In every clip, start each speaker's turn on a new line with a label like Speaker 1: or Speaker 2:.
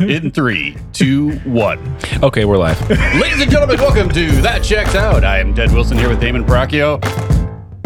Speaker 1: in three, two, one.
Speaker 2: Okay, we're live.
Speaker 1: Ladies and gentlemen, welcome to That Checks Out. I am Ted Wilson here with Damon Bracchio.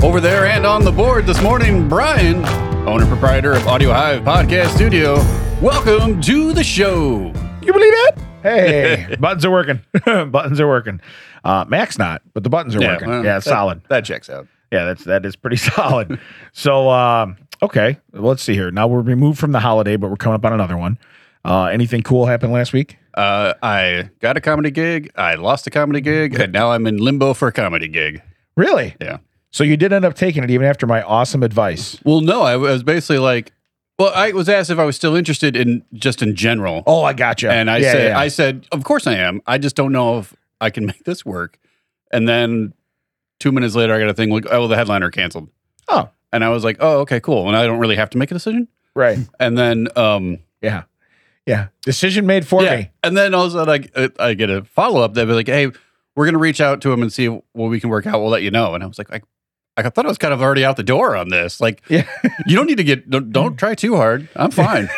Speaker 1: Over there and on the board this morning, Brian, owner proprietor of Audio Hive Podcast Studio. Welcome to the show.
Speaker 3: You believe it? Hey, buttons are working. buttons are working. Uh, Mac's not, but the buttons are working.
Speaker 1: well,
Speaker 3: yeah,
Speaker 1: that-
Speaker 3: it's solid.
Speaker 1: That checks out.
Speaker 3: Yeah, that's that is pretty solid. so, um, okay, let's see here. Now we're removed from the holiday, but we're coming up on another one. Uh, anything cool happened last week?
Speaker 1: Uh, I got a comedy gig. I lost a comedy gig, and now I'm in limbo for a comedy gig.
Speaker 3: Really?
Speaker 1: Yeah.
Speaker 3: So you did end up taking it, even after my awesome advice.
Speaker 1: Well, no, I was basically like, well, I was asked if I was still interested in just in general,
Speaker 3: Oh, I gotcha.
Speaker 1: and I
Speaker 3: Yeah,
Speaker 1: said,
Speaker 3: yeah.
Speaker 1: I said, of course I am. I just don't know if I can make this work. And then two minutes later, I got a thing like, oh, the headliner canceled.
Speaker 3: Oh.
Speaker 1: and I was like, oh, okay, cool. And I don't really have to make a decision.
Speaker 3: right.
Speaker 1: And then, um,
Speaker 3: Yeah, yeah. Decision made for
Speaker 1: yeah.
Speaker 3: me.
Speaker 1: And then all of a sudden, I, I get a follow up. They'd be like, hey, we're gonna reach out to him and see what we can work out. We'll let you know. And I was like, I. I thought I was kind of already out the door on this. Like,
Speaker 3: Yeah.
Speaker 1: you don't need to get don't, don't try too hard i'm fine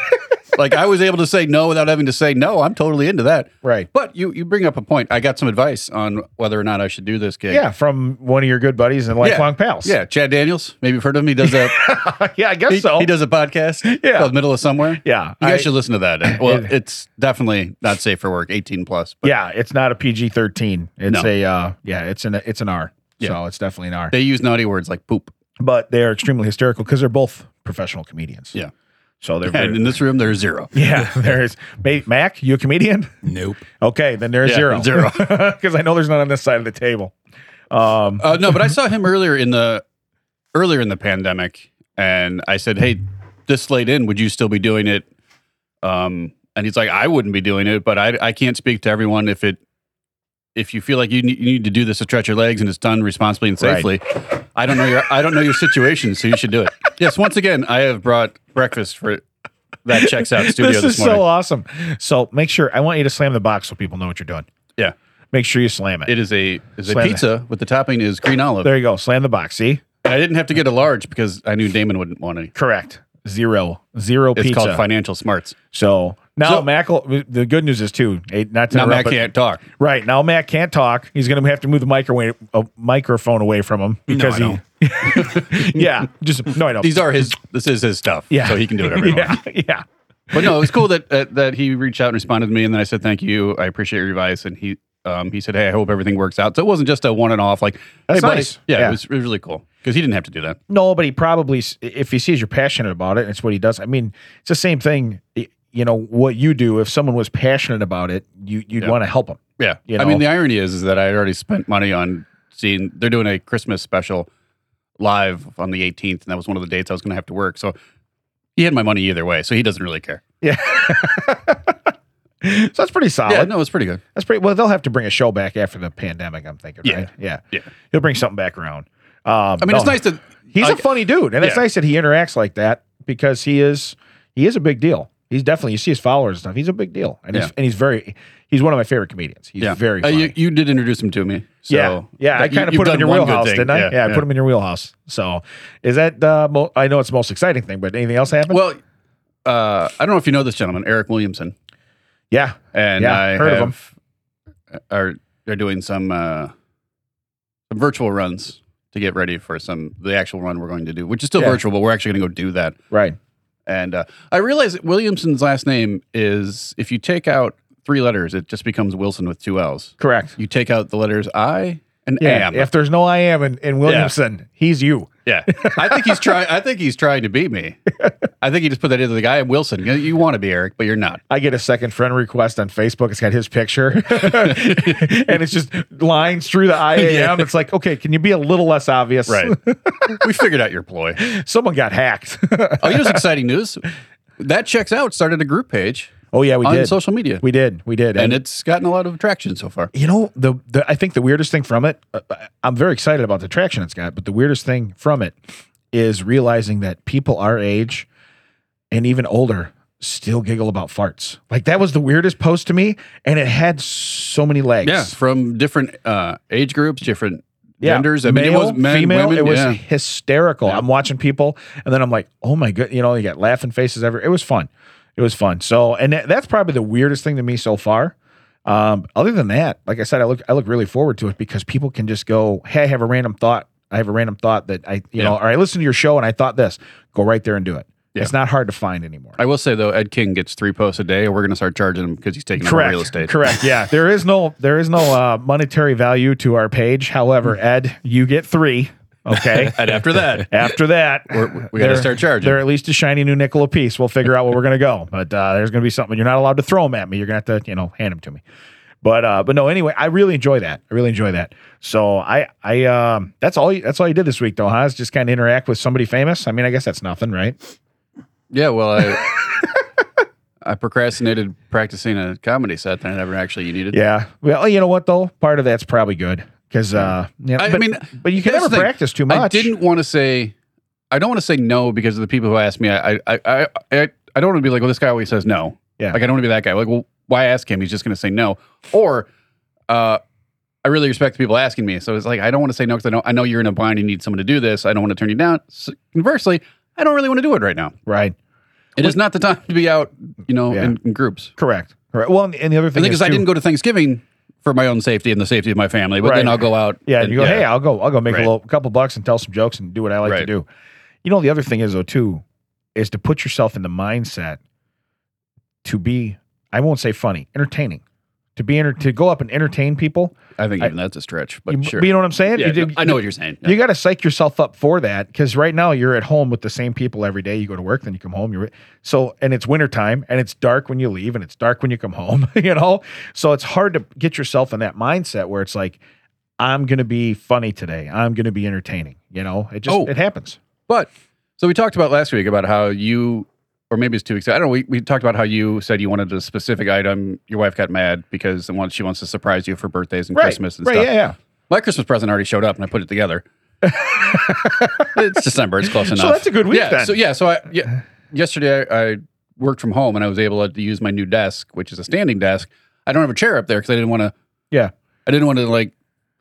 Speaker 1: like i was able to say no without having to say no i'm totally into that
Speaker 3: right.
Speaker 1: but you you bring up a point i got some advice on whether or not i should do this gig
Speaker 3: Yeah, from one of your good buddies and lifelong pals.
Speaker 1: yeah chad daniels maybe you've heard of him he does a
Speaker 3: yeah. I guess
Speaker 1: he,
Speaker 3: so.
Speaker 1: he does a podcast
Speaker 3: Yeah.
Speaker 1: called middle of somewhere
Speaker 3: Yeah.
Speaker 1: you guys
Speaker 3: I-
Speaker 1: should listen to that well
Speaker 3: It-
Speaker 1: it's definitely not safe for work 18 plus but
Speaker 3: yeah, it's not a PG thirteen. It's
Speaker 1: No.
Speaker 3: a uh, yeah, it's an it's an R.
Speaker 1: Yeah.
Speaker 3: So it's definitely an R.
Speaker 1: they use naughty words like poop
Speaker 3: but they are extremely hysterical because they're both professional comedians.
Speaker 1: Yeah.
Speaker 3: So they're
Speaker 1: and
Speaker 3: very,
Speaker 1: in this room there's zero
Speaker 3: yeah. There is Ma- Mac. You a comedian?
Speaker 2: Nope.
Speaker 3: Okay, then there's
Speaker 1: Yeah,
Speaker 3: zero
Speaker 1: zero.
Speaker 3: because I know there's none on this side of the table. Um,
Speaker 1: Uh, no, but I saw him earlier in the earlier in the pandemic, and I said, "Hey, this late in, would you still be doing it?" Um, and he's like, "I wouldn't be doing it, but I I can't speak to everyone if it if you feel like you need, you need to do this to stretch your legs and it's done responsibly and
Speaker 3: Right.
Speaker 1: safely. I don't know your I don't know your situation, so you should do it." Yes, once again, I have brought breakfast for that checks out studio
Speaker 3: this
Speaker 1: this,
Speaker 3: is so
Speaker 1: morning.
Speaker 3: awesome. So make sure I want you to slam the box so people know what you're doing.
Speaker 1: yeah,
Speaker 3: Make sure you slam it.
Speaker 1: it is a is a
Speaker 3: Slam it.
Speaker 1: pizza with the topping is green olive.
Speaker 3: there you go. Slam the box. See?
Speaker 1: I didn't have to get a large because I knew Damon wouldn't want any.
Speaker 3: Correct. Zero. Zero
Speaker 1: It's
Speaker 3: pizza.
Speaker 1: called financial smarts.
Speaker 3: so now
Speaker 1: So-
Speaker 3: Mac. Will, the good news is too. eh, Not to
Speaker 1: Now Matt
Speaker 3: interrupt, but-
Speaker 1: can't talk.
Speaker 3: Right now, Matt can't talk. He's going to have to move the microwave a microphone away from him because
Speaker 2: I
Speaker 3: he. yeah, just no, I don't.
Speaker 1: These are his. This is his stuff.
Speaker 3: Yeah.
Speaker 1: so he can do whatever he
Speaker 3: yeah,
Speaker 1: wants.
Speaker 3: yeah,
Speaker 1: But no, it was cool that uh, that he reached out and responded to me, and then I said thank you. I appreciate your advice, and he um, he said, hey, I hope everything works out. So it wasn't just a one and off. Like
Speaker 3: That's
Speaker 1: hey, buddy.
Speaker 3: nice.
Speaker 1: Yeah,
Speaker 3: Yeah.
Speaker 1: It, was, it was really cool because he didn't have to do that.
Speaker 3: No, but he probably s- if he sees you're passionate about it, it's what he does. I mean, it's the same thing. y- You know what you do. If someone was passionate about it, you you'd
Speaker 1: Yeah.
Speaker 3: want to help them.
Speaker 1: Yeah,
Speaker 3: You
Speaker 1: I mean
Speaker 3: know.
Speaker 1: the irony is is that I had already spent money on seeing. They're doing a Christmas special live on the 18th, and that was one of the dates I was going to have to work. So he had my money either way, so he doesn't really care.
Speaker 3: Yeah. so that's pretty solid.
Speaker 1: Yeah, no, it was pretty good.
Speaker 3: That's pretty well. They'll have to bring a show back after the pandemic. I'm thinking.
Speaker 1: Yeah.
Speaker 3: Right? Yeah.
Speaker 1: Yeah.
Speaker 3: He'll bring something back around. Um,
Speaker 1: I mean, it's
Speaker 3: no.
Speaker 1: nice that
Speaker 3: He's a
Speaker 1: Like-
Speaker 3: funny dude, and it's
Speaker 1: Yeah.
Speaker 3: nice that he interacts like that because he is he is a big deal. He's definitely you see his followers and stuff. He's a big deal, and he's
Speaker 1: Yeah.
Speaker 3: and he's very he's one of my favorite comedians. He's very
Speaker 1: Uh,
Speaker 3: funny.
Speaker 1: you, you did introduce him to me. So
Speaker 3: yeah, yeah. I
Speaker 1: But you-
Speaker 3: kind of
Speaker 1: you've
Speaker 3: put him in
Speaker 1: done
Speaker 3: your
Speaker 1: one good
Speaker 3: wheelhouse,
Speaker 1: thing.
Speaker 3: didn't I? Yeah, I put him in your wheelhouse. So is that uh, mo- I know it's the most exciting thing, but anything else happened?
Speaker 1: Well, uh, I don't know if you know this gentleman, Eric Williamson,
Speaker 3: yeah,
Speaker 1: and
Speaker 3: Yeah,
Speaker 1: I
Speaker 3: heard of
Speaker 1: have, Are they're doing some uh, some virtual runs to get ready for some the actual run we're going to do, which is still
Speaker 3: Yeah.
Speaker 1: virtual, but we're actually going to go do that.
Speaker 3: right.
Speaker 1: And uh, I realize that Williamson's last name is if you take out three letters, it just becomes Wilson with two L's.
Speaker 3: Correct.
Speaker 1: You take out the letters I and
Speaker 3: Yeah.
Speaker 1: am.
Speaker 3: If there's no I am in, in Williamson, he's you.
Speaker 1: Yeah, I think he's trying. I think he's trying to beat me. I think he just put that into the guy. I'm Wilson. You, you want to be Eric, but you're not.
Speaker 3: I get a second friend request on Facebook. It's got his picture, and it's just lines through the IAM. It's like, okay, can you be a little less obvious?
Speaker 1: we figured out your ploy.
Speaker 3: Someone got hacked.
Speaker 1: Oh, here's exciting news. That checks out. Started a group page
Speaker 3: oh yeah, we
Speaker 1: on
Speaker 3: did.
Speaker 1: social media,
Speaker 3: we did. We did.
Speaker 1: and
Speaker 3: And,
Speaker 1: it's gotten a lot of traction so far.
Speaker 3: you know, the, the I think the weirdest thing from it, uh, I'm very excited about the traction it's got, but the weirdest thing from it is realizing that people our age and even older still giggle about farts. Like that was the weirdest post to me, and it had so many legs.
Speaker 1: Yeah, from different uh, age groups, different
Speaker 3: Yeah.
Speaker 1: genders. I mean,
Speaker 3: Male,
Speaker 1: it was men,
Speaker 3: female.
Speaker 1: women.
Speaker 3: it was
Speaker 1: yeah.
Speaker 3: hysterical. I'm watching people, and then I'm like, oh my god, you know, you got laughing faces everywhere. It was fun. It it was fun. So, and that, that's probably the weirdest thing to me so far. Um, other than that, like I said, I look I look really forward to it because people can just go, "Hey, I have a random thought. I have a random thought that I, you know, or I listened to your show and I thought this. Go right there and do it.
Speaker 1: Yeah.
Speaker 3: It's not hard to find anymore."
Speaker 1: I will say though, Ed King gets three posts a day, and we're going to start charging him because he's taking over
Speaker 3: Correct.
Speaker 1: real estate.
Speaker 3: Correct. Yeah. there is no there is no uh, monetary value to our page. However,
Speaker 1: Mm.
Speaker 3: Ed, you get three. Okay.
Speaker 1: And after that,
Speaker 3: After that,
Speaker 1: We're- we gotta
Speaker 3: they're-
Speaker 1: start charging.
Speaker 3: They're at least a shiny new nickel apiece. We'll figure out where we're gonna go. But uh, there's gonna be something. You're not allowed to throw them at me. You're gonna have to, you know, hand them to me. But uh, but no. Anyway, I really enjoy that. I really enjoy that. So I I um that's all you, that's all you did this week though, huh? Is just kind of interact with somebody famous. I mean, I guess that's nothing, right?
Speaker 1: yeah, well, I, I procrastinated practicing a comedy set that I never actually needed.
Speaker 3: Yeah. Well, you know what though, part of that's probably good because uh, yeah.
Speaker 1: I
Speaker 3: but,
Speaker 1: mean,
Speaker 3: but you can
Speaker 1: here's
Speaker 3: never
Speaker 1: the thing.
Speaker 3: practice too much.
Speaker 1: I didn't want to say, I don't want to say no because of the people who asked me. I, I, I, I, I don't want to be like, well, this guy always says no.
Speaker 3: Yeah.
Speaker 1: Like, I don't want to be that guy. Like, well, why ask him? He's just going to say no. Or, uh, I really respect the people asking me. So it's like, I don't want to say no because I, don't- I know you're in a bind. You need someone to do this. I don't want to turn you down. So conversely, I don't really want to do it right now.
Speaker 3: Right.
Speaker 1: It is not the time to be out, you know,
Speaker 3: Yeah.
Speaker 1: in, in groups.
Speaker 3: Correct. Correct. Well, and, and the other
Speaker 1: The
Speaker 3: thing
Speaker 1: thing
Speaker 3: is,
Speaker 1: is, I
Speaker 3: too-
Speaker 1: didn't go to Thanksgiving for my own safety and the safety of my family, but
Speaker 3: Right.
Speaker 1: then I'll go out.
Speaker 3: Yeah,
Speaker 1: and-
Speaker 3: you go, hey, I'll go, I'll go make
Speaker 1: Right.
Speaker 3: a little couple bucks and tell some jokes and do what I like to
Speaker 1: Right.
Speaker 3: do. You know, the other thing is though too, is to put yourself in the mindset to be, I won't say funny, entertaining. To be enter- to go up and entertain people.
Speaker 1: I think
Speaker 3: I-
Speaker 1: even that's a stretch, but
Speaker 3: you,
Speaker 1: sure.
Speaker 3: but you know what I'm saying?
Speaker 1: Yeah,
Speaker 3: You-
Speaker 1: no, I know what you're saying.
Speaker 3: You got to psych yourself up for that because right now you're at home with the same people every day. You go to work, then you come home. You're with- so, and it's wintertime and it's dark when you leave and it's dark when you come home, you know? So it's hard to get yourself in that mindset where it's like, I'm going to be funny today. I'm going to be entertaining, you know? It just,
Speaker 1: Oh.
Speaker 3: it happens.
Speaker 1: But so we talked about last week about how you, or maybe it's two weeks. ago, I don't know. We, we talked about how you said you wanted a specific item. Your wife got mad because and wants she wants to surprise you for birthdays and Christmas and
Speaker 3: right.
Speaker 1: stuff.
Speaker 3: Yeah. Yeah.
Speaker 1: My Christmas present already showed up, and I put it together. it's December. It's close enough.
Speaker 3: So that's a good week
Speaker 1: yeah.
Speaker 3: then.
Speaker 1: So yeah. So I yeah, yesterday I, I worked from home and I was able to use my new desk, which is a standing desk. I don't have a chair up there because I didn't want to.
Speaker 3: Yeah.
Speaker 1: I didn't want to like.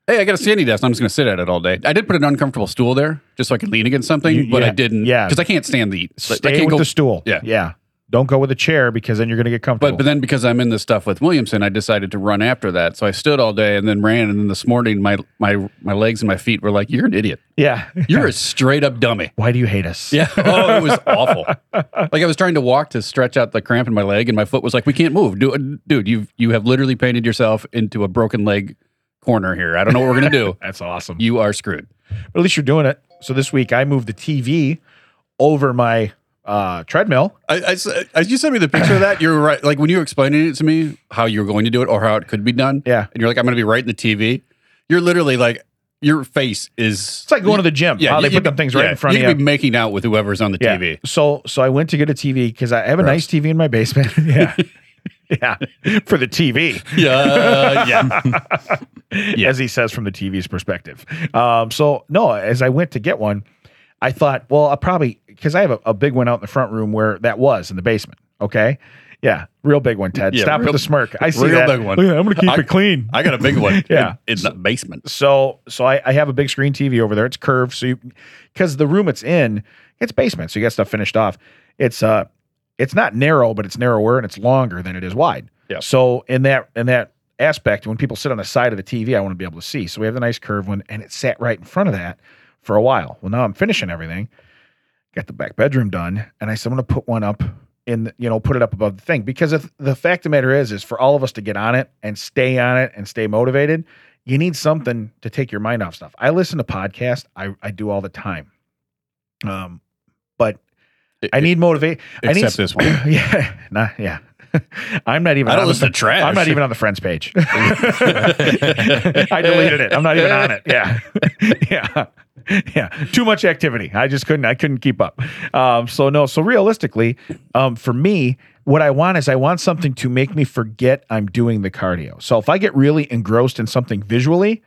Speaker 1: Hey, I got a standing desk. I'm just going to sit at it all day. I did put an uncomfortable stool there just so I could lean against something,
Speaker 3: You-
Speaker 1: but I
Speaker 3: yeah,
Speaker 1: didn't.
Speaker 3: yeah.
Speaker 1: Because I can't stand the. I
Speaker 3: Stay
Speaker 1: can't
Speaker 3: with
Speaker 1: go-
Speaker 3: the stool.
Speaker 1: Yeah.
Speaker 3: Yeah. Don't go with a chair because then you're going to get comfortable.
Speaker 1: but but then because I'm in this stuff with Williamson, I decided to run after that. So I stood all day and then ran. And then this morning, my my my legs and my feet were like, "You're an idiot.
Speaker 3: yeah.
Speaker 1: You're a straight up dummy."
Speaker 3: Why do you hate us?
Speaker 1: Yeah. Oh, it was awful. Like I was trying to walk to stretch out the cramp in my leg, and my foot was like, "We can't move, dude. Dude, you you have literally painted yourself into a broken leg corner here. I don't know what we're gonna do.
Speaker 3: That's awesome.
Speaker 1: You are screwed."
Speaker 3: but at least you're doing it. So this week I moved the TV over my uh, treadmill.
Speaker 1: I, I s- I- you sent me the picture of that. You're right. Like when you were explaining it to me, how you were going to do it or how it could be done.
Speaker 3: Yeah.
Speaker 1: And you're like, I'm going to be right in the TV. You're literally like, your face is.
Speaker 3: It's like going to the gym. Yeah, how they put them things right in front
Speaker 1: you could
Speaker 3: of you.
Speaker 1: be making out with whoever's on the
Speaker 3: Yeah.
Speaker 1: TV.
Speaker 3: So so I went to get a TV because I have a nice TV in my basement. yeah. Yeah. For the TV.
Speaker 1: Yeah. yeah.
Speaker 3: as he says from the TV's perspective. Um, so no, as I went to get one, I thought, well, I'll probably because I have a, a big one out in the front room where that was in the basement. Okay, yeah, real big one, Ted.
Speaker 1: Yeah,
Speaker 3: Stop
Speaker 1: real-
Speaker 3: with the smirk. I see
Speaker 1: real
Speaker 3: that.
Speaker 1: big one.
Speaker 3: Look at that. I'm gonna keep
Speaker 1: I-
Speaker 3: it clean.
Speaker 1: I got a big one.
Speaker 3: Yeah.
Speaker 1: In, in the basement.
Speaker 3: So so I, I have a big screen TV over there. It's curved, so you because the room it's in, it's basement, so you got stuff finished off. It's uh it's not narrow, but it's narrower and it's longer than it is wide.
Speaker 1: Yeah.
Speaker 3: So in that in that aspect, when people sit on the side of the TV, I want to be able to see. So we have the nice curved one, and it sat right in front of that for a while. Well, now I'm finishing everything, got the back bedroom done, and I said I'm gonna put one up in the, you know put it up above the thing because if the fact of the matter is is for all of us to get on it and stay on it and stay motivated you need something to take your mind off stuff i listen to podcasts i, I do all the time um but i need motivate i need
Speaker 1: Except this one.
Speaker 3: yeah nah, yeah i'm not even
Speaker 1: I
Speaker 3: on
Speaker 1: don't
Speaker 3: the-
Speaker 1: listen to trash.
Speaker 3: I'm not even on the friends page. I deleted it. I'm not even on it. Yeah. yeah. Yeah. Too much activity. I just couldn't I couldn't keep up. Um so no, so realistically, um for me, what I want is I want something to make me forget I'm doing the cardio. So if I get really engrossed in something visually,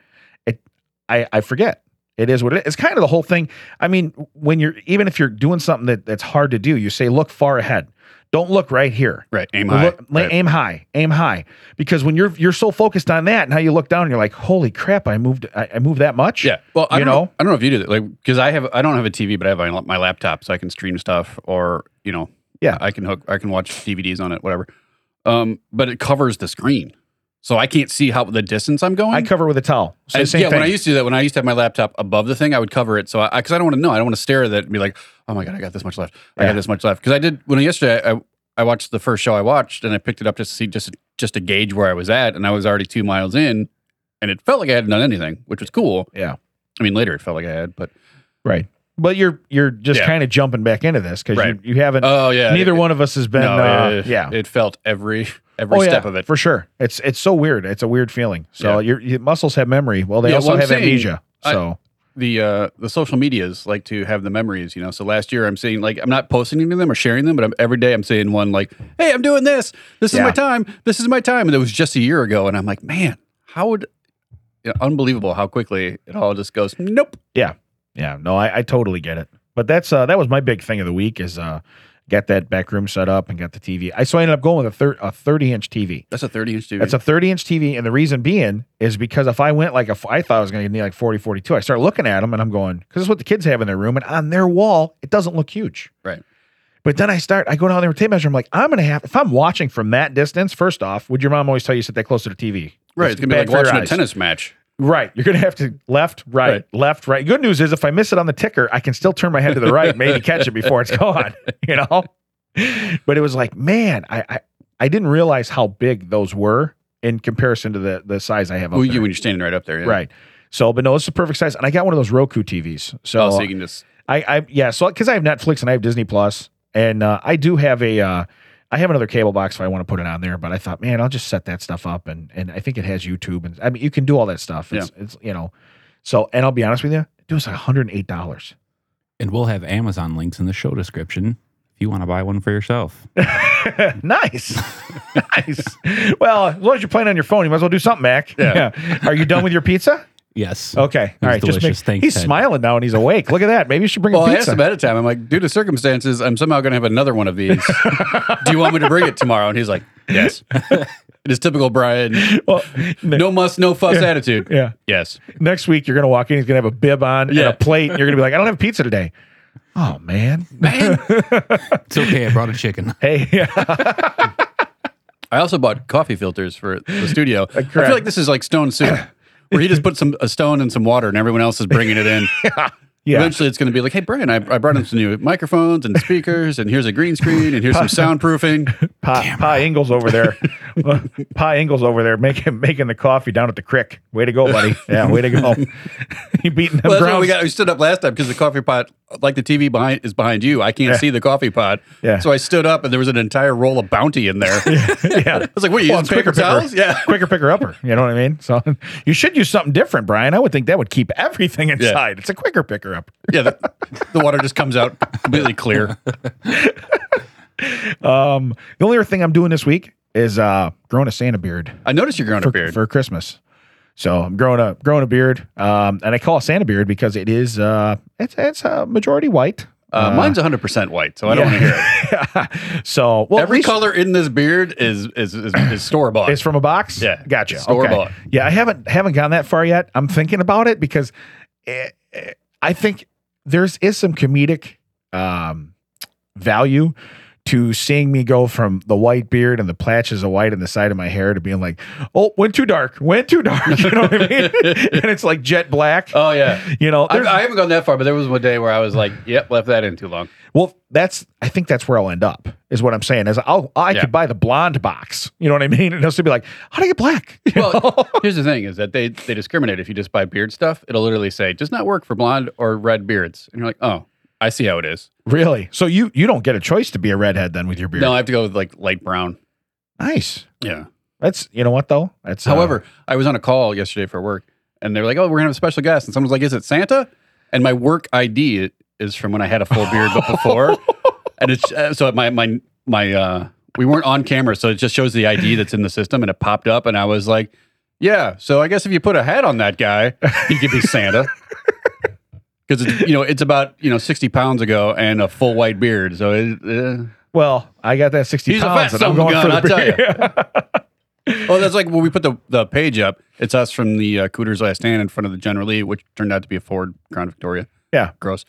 Speaker 3: it I I forget. It is what it is. It's kind of the whole thing. I mean, when you're even if you're doing something that, that's hard to do, you say look far ahead. Don't look right here.
Speaker 1: Right. Aim high.
Speaker 3: Look- la-
Speaker 1: Right.
Speaker 3: Aim high, aim high, because when you're you're so focused on that, now you look down and you're like, "Holy crap, I moved, I, I moved that much."
Speaker 1: Yeah. Well, I
Speaker 3: You
Speaker 1: don't know?
Speaker 3: know?
Speaker 1: I don't know if you do that. Like, because I have, I don't have a TV, but I have my, my laptop, so I can stream stuff or you know,
Speaker 3: Yeah.
Speaker 1: I can hook. I can watch DVDs on it, whatever. Um, but it covers the screen, so I can't see how the distance I'm going.
Speaker 3: I cover with a towel. So
Speaker 1: And,
Speaker 3: same
Speaker 1: yeah,
Speaker 3: thing.
Speaker 1: when I used to do that, when I used to have my laptop above the thing, I would cover it. So I, because I, don't want to know, I don't want to stare at it and be like, oh my god, I got this much left. I
Speaker 3: Yeah.
Speaker 1: got this much left. Because I did when yesterday, I, I watched the first show I watched and I picked it up just to see just just to gauge where I was at, and I was already two miles in, and it felt like I hadn't done anything, which was cool.
Speaker 3: Yeah.
Speaker 1: I mean, later it felt like I had, but
Speaker 3: right. But you're you're just
Speaker 1: Yeah.
Speaker 3: kind of jumping back into this because
Speaker 1: Right.
Speaker 3: you, you haven't.
Speaker 1: oh yeah,
Speaker 3: neither
Speaker 1: it,
Speaker 3: one of us has been.
Speaker 1: No,
Speaker 3: uh,
Speaker 1: it,
Speaker 3: yeah.
Speaker 1: it felt every every
Speaker 3: Oh, yeah,
Speaker 1: step of it.
Speaker 3: for sure. It's it's so weird. It's a weird feeling. So your, your muscles have memory. Well, they
Speaker 1: Yeah,
Speaker 3: also
Speaker 1: well, I'm
Speaker 3: have
Speaker 1: saying,
Speaker 3: amnesia.
Speaker 1: I-
Speaker 3: So
Speaker 1: the uh the social medias like to have the memories you know so last year i'm saying like i'm not posting any of them or sharing them but I'm, every day i'm saying one like hey i'm doing this this is
Speaker 3: Yeah.
Speaker 1: my time this is my time and it was just a year ago and i'm like man how would you know, unbelievable how quickly it all just goes nope
Speaker 3: yeah, no, I, I totally get it. But that's uh, that was my big thing of the week is uh, got that back room set up and got the TV. I so I ended up going with a thir- a thirty inch TV.
Speaker 1: that's a 30 inch tv
Speaker 3: It's a 30 inch TV. And the reason being is because if I went like a, f- I thought I was going to need like 40, 42, I start looking at them and I'm going, because it's what the kids have in their room. And on their wall, it doesn't look huge.
Speaker 1: Right.
Speaker 3: But then I start, I go down there with tape measure. I'm like, I'm going to have, if I'm watching from that distance, first off, would your mom always tell you sit that close to the TV?
Speaker 1: right it's gonna be like
Speaker 3: bad for your
Speaker 1: watching a
Speaker 3: eyes.
Speaker 1: tennis match
Speaker 3: Right. You're going to have to left, right,
Speaker 1: Right.
Speaker 3: left, right. Good news is if I miss it on the ticker, I can still turn my head to the right, maybe catch it before it's gone, you know? But it was like, man, I, I, I didn't realize how big those were in comparison to the, the size I have up
Speaker 1: Well,
Speaker 3: there.
Speaker 1: you when you're standing right up there yeah.
Speaker 3: Right. So, but no, it's the perfect size. And I got one of those Roku TVs. So,
Speaker 1: oh, so you can just
Speaker 3: I, I, yeah. So, because I have Netflix and I have Disney Plus, and uh, I do have a, uh, I have another cable box if I want to put it on there. But I thought, man, I'll just set that stuff up, and and I think it has YouTube, and I mean, you can do all that stuff. It's, it's you know, so and I'll be honest with you, it was like 108 dollars.
Speaker 2: And we'll have Amazon links in the show description if you want to buy one for yourself.
Speaker 3: nice, nice. Well, as long as you're playing on your phone, you might as well do something, Mac.
Speaker 1: Yeah.
Speaker 3: Are you done with your pizza?
Speaker 2: yes.
Speaker 3: Okay. All right. Just make,
Speaker 2: delicious. Thanks,
Speaker 3: he's
Speaker 2: Ted.
Speaker 3: smiling now and he's awake. Look at that. Maybe you should bring
Speaker 1: well,
Speaker 3: a
Speaker 1: I
Speaker 3: pizza.
Speaker 1: asked him ahead of time. I'm like, due to circumstances, I'm somehow going to have another one of these. Do you want me to bring it tomorrow? And he's like, yes. it is typical Brian.
Speaker 3: Well, ne-
Speaker 1: No muss, no fuss attitude.
Speaker 3: yeah.
Speaker 1: Yes.
Speaker 3: Next week you're gonna walk in. He's gonna have a bib on
Speaker 1: Yeah.
Speaker 3: and a plate. And you're gonna be like, I don't have pizza today. Oh man.
Speaker 1: Man.
Speaker 2: It's okay. I brought a chicken.
Speaker 3: Hey.
Speaker 1: I also bought coffee filters for the studio. I feel
Speaker 3: Uh, correct.
Speaker 1: like this is like Stone Soup, where he just put some a stone and some water and everyone else is bringing it in.
Speaker 3: yeah.
Speaker 1: Eventually it's going to be like, hey, Brian, I, I brought him some new microphones and speakers, and here's a green screen, and here's some soundproofing.
Speaker 3: Pa, pa Ingles over there. pa Ingles over there making making the coffee down at the crick. Way to go, buddy. Yeah. Way to go. you beating them
Speaker 1: Well, that's why
Speaker 3: grounds.
Speaker 1: we got. We stood up last time because the coffee pot, like the TV behind, is behind you. I can't see the coffee pot.
Speaker 3: Yeah.
Speaker 1: So I stood up, and there was an entire roll of bounty in there. I
Speaker 3: yeah.
Speaker 1: was like, "What? You using
Speaker 3: Well, it's
Speaker 1: paper
Speaker 3: quicker
Speaker 1: towels? Yeah.
Speaker 3: Quicker picker upper. You know what I mean? So you should use something different, Brian. I would think that would keep everything inside. It's a quicker picker upper.
Speaker 1: Yeah. The, the water just comes out completely clear.
Speaker 3: Um, the only other thing I'm doing this week is uh growing a Santa beard.
Speaker 1: I noticed you're growing
Speaker 3: for,
Speaker 1: a beard.
Speaker 3: for Christmas. So I'm growing a growing a beard, um, and I call it Santa beard because it is uh, it's it's uh, majority white.
Speaker 1: uh, mine's 100 percent white, so I don't want to hear it.
Speaker 3: it. so well, at
Speaker 1: Every
Speaker 3: least
Speaker 1: color in this beard is is is, is store bought.
Speaker 3: It's from a box.
Speaker 1: Yeah,
Speaker 3: gotcha.
Speaker 1: it's store
Speaker 3: okay.
Speaker 1: bought.
Speaker 3: Yeah, I haven't haven't gone that far yet. I'm thinking about it because eh, eh, I think there's is some comedic um, value to seeing me go from the white beard and the patches of white in the side of my hair to being like, oh, went too dark, went too dark. You know what I mean? and it's like jet black.
Speaker 1: Oh yeah.
Speaker 3: you know,
Speaker 1: I,
Speaker 3: there's-
Speaker 1: I haven't gone that far, but there was one day where I was like, "Yep, left that in too long."
Speaker 3: Well, that's I think that's where I'll end up. Is what I'm saying is I'll I
Speaker 1: Yeah.
Speaker 3: could buy the blonde box. You know what I mean? And it'll still be like, how do I get black? You know?
Speaker 1: Well, here's the thing: is that they they discriminate. If you just buy beard stuff, it'll literally say does not work for blonde or red beards, and you're like, "Oh, I see how it is."
Speaker 3: really? So you you don't get a choice to be a redhead then with your beard?
Speaker 1: No, I have to go with like light brown.
Speaker 3: Nice.
Speaker 1: Yeah.
Speaker 3: That's you know what though. That's uh,
Speaker 1: However, I was on a call yesterday for work, and they were like, "Oh, we're gonna have a special guest," and someone's like, "Is it Santa?" And my work ID is from when I had a full beard, but before, and it's uh, so my my my uh, we weren't on camera, so it just shows the ID that's in the system, and it popped up, and I was like, "Yeah." So I guess if you put a hat on that guy, he could be Santa. Because it's you know it's about you know sixty pounds ago and a full white beard, so it, uh,
Speaker 3: well, I got that sixty
Speaker 1: He's a
Speaker 3: pounds,
Speaker 1: fat
Speaker 3: and I'm
Speaker 1: son
Speaker 3: going
Speaker 1: of a
Speaker 3: for
Speaker 1: gun,
Speaker 3: the
Speaker 1: I'll
Speaker 3: beard.
Speaker 1: Oh, that's like when we put the, the page up. It's us from the uh, Cooter's Last Stand in front of the General Lee, which turned out to be a Ford Crown Victoria.
Speaker 3: Yeah.
Speaker 1: Gross.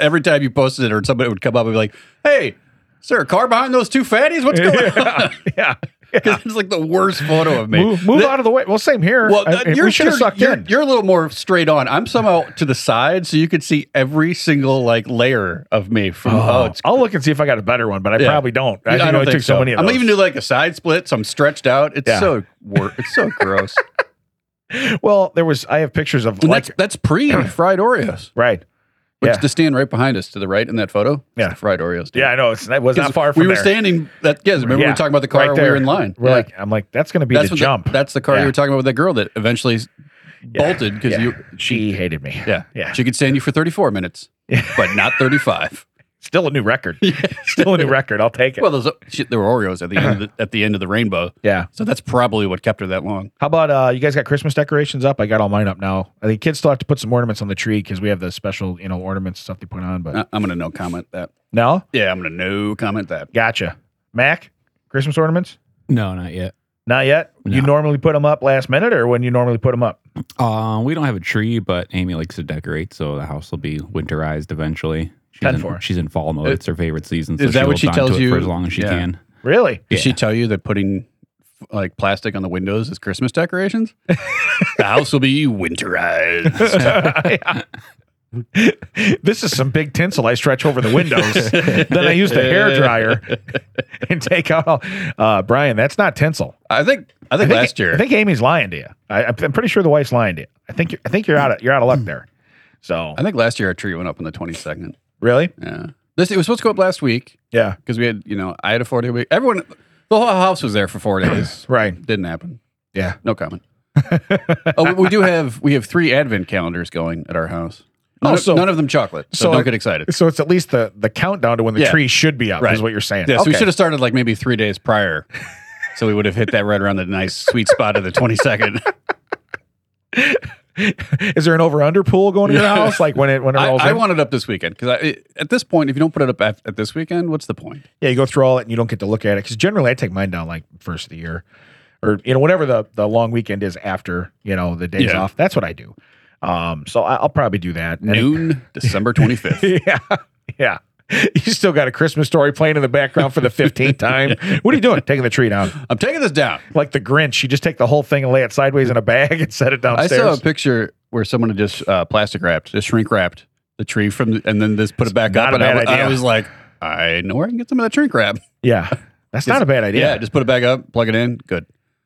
Speaker 1: Every time you posted it or somebody would come up and be like, hey, Is there a car behind those two fatties? What's going on?
Speaker 3: yeah, yeah.
Speaker 1: it's like the worst photo of me.
Speaker 3: Move, move
Speaker 1: The-
Speaker 3: out of the way. Well, same here.
Speaker 1: Well,
Speaker 3: I-
Speaker 1: th- you're,
Speaker 3: we should have
Speaker 1: you're-
Speaker 3: sucked
Speaker 1: you're-
Speaker 3: in.
Speaker 1: you're a little more straight on. I'm somehow to the side, so you could see every single like layer of me from. Oh, it's.
Speaker 3: I'll look and see if I got a better one, but I
Speaker 1: Yeah.
Speaker 3: probably don't. I,
Speaker 1: I,
Speaker 3: think I
Speaker 1: don't think
Speaker 3: took so, many of
Speaker 1: I'm
Speaker 3: those.
Speaker 1: even do like a side split, so I'm stretched out. It's
Speaker 3: Yeah.
Speaker 1: so wor- it's so gross.
Speaker 3: well, there was. I have pictures of
Speaker 1: And
Speaker 3: like
Speaker 1: that's that's pre fried Oreos,
Speaker 3: right.
Speaker 1: which
Speaker 3: Yeah.
Speaker 1: just stand right behind us to the right in that photo. It's
Speaker 3: Yeah.
Speaker 1: the fried Oreos. dude.
Speaker 3: Yeah, I know. It's, that was
Speaker 1: 'Cause
Speaker 3: not far from
Speaker 1: We were
Speaker 3: there.
Speaker 1: standing. That yes, remember we
Speaker 3: Yeah.
Speaker 1: were talking about the car.
Speaker 3: Right
Speaker 1: we
Speaker 3: there.
Speaker 1: were in line.
Speaker 3: We're
Speaker 1: Yeah.
Speaker 3: like, I'm like, that's going to be the
Speaker 1: what
Speaker 3: jump.
Speaker 1: that's the car
Speaker 3: Yeah.
Speaker 1: you were talking about with that girl that eventually s-
Speaker 3: Yeah.
Speaker 1: bolted because
Speaker 3: Yeah.
Speaker 1: you
Speaker 3: she hated me.
Speaker 1: Yeah.
Speaker 3: Yeah.
Speaker 1: She could stand you for 34 minutes,
Speaker 3: Yeah.
Speaker 1: but not 35.
Speaker 3: Still a new record. Still a new record. I'll take it.
Speaker 1: Well, those, she, there were Oreos at the, end of the, at the end of the rainbow.
Speaker 3: yeah.
Speaker 1: So that's probably what kept her that long.
Speaker 3: How about uh, you guys got Christmas decorations up? I got all mine up now. I think kids still have to put some ornaments on the tree because we have the special, you know, ornaments stuff they put on. But
Speaker 1: I, I'm going to no comment that.
Speaker 3: no,
Speaker 1: Yeah, I'm going to no comment that.
Speaker 3: gotcha. Mac, Christmas ornaments?
Speaker 2: No, not yet.
Speaker 3: Not yet. You
Speaker 2: No.
Speaker 3: normally put them up last minute, or when you normally put them up?
Speaker 2: Uh, we don't have a tree, but Amy likes to decorate, so the house will be winterized eventually. She's
Speaker 3: Ten
Speaker 2: in,
Speaker 3: for.
Speaker 2: she's in fall mode.
Speaker 1: Uh,
Speaker 2: It's her favorite season.
Speaker 1: is that what
Speaker 2: holds
Speaker 1: she
Speaker 2: on
Speaker 1: tells
Speaker 2: to it
Speaker 1: you?
Speaker 2: for as long as she
Speaker 1: Yeah.
Speaker 2: can?
Speaker 3: Really?
Speaker 1: Did she tell you that putting like plastic on the windows is Christmas decorations? the house will be winterized.
Speaker 3: this is some big tinsel I stretch over the windows. then I use the hair dryer and take out all. Uh, Brian, that's not tinsel.
Speaker 1: I think I think,
Speaker 3: I think,
Speaker 1: last year.
Speaker 3: I think Amy's lying to you. I, I'm pretty sure the wife's lying to you. I think you're, I think you're out of you're out of luck there. So
Speaker 1: I think last year our tree went up on the 22nd.
Speaker 3: really,
Speaker 1: Yeah. This it was supposed to go up last week
Speaker 3: yeah,
Speaker 1: because we had, you know, I had a 4 day week. Everyone the whole house was there for 4 days.
Speaker 3: right,
Speaker 1: Didn't happen.
Speaker 3: yeah.
Speaker 1: No comment. oh, we, we do have we have 3 advent calendars going at our house. None,
Speaker 3: Oh,
Speaker 1: of-
Speaker 3: so-
Speaker 1: none of them chocolate. So,
Speaker 3: so-
Speaker 1: don't get excited.
Speaker 3: So it's at least the the countdown to when the
Speaker 1: Yeah.
Speaker 3: tree should be up
Speaker 1: Right.
Speaker 3: is what you're saying.
Speaker 1: Yeah, so we
Speaker 3: Okay.
Speaker 1: should have started like maybe 3 days prior. so we would have hit that right around the nice sweet spot of the 22nd.
Speaker 3: Is there an over under pool going to your
Speaker 1: Yeah.
Speaker 3: house like when it when it
Speaker 1: I,
Speaker 3: rolls
Speaker 1: I
Speaker 3: in?
Speaker 1: want it up this weekend because at this point, if you don't put it up at, at this weekend, what's the point?
Speaker 3: yeah, you go through all it and you don't get to look at it because generally I take mine down like first of the year, or you know whatever the the long weekend is after you know the days
Speaker 1: Yeah.
Speaker 3: off. That's what I do. Um, so I, I'll probably do that. And-
Speaker 1: Noon, December 25th.
Speaker 3: yeah, yeah. You still got a Christmas story playing in the background for the fifteenth time. What are you doing? Taking the tree down.
Speaker 1: I'm taking this down.
Speaker 3: like the Grinch. You just take the whole thing and lay it sideways in a bag and set it downstairs.
Speaker 1: I saw a picture where someone had just uh, plastic wrapped, just shrink wrapped the tree from, the, and then just put it back
Speaker 3: Not
Speaker 1: up. and
Speaker 3: a
Speaker 1: I,
Speaker 3: bad
Speaker 1: wa- I
Speaker 3: idea.
Speaker 1: was like, I know where I can get some of that shrink wrap.
Speaker 3: yeah, that's not a bad
Speaker 1: Yeah,
Speaker 3: idea.
Speaker 1: just put it back up, plug it in, good.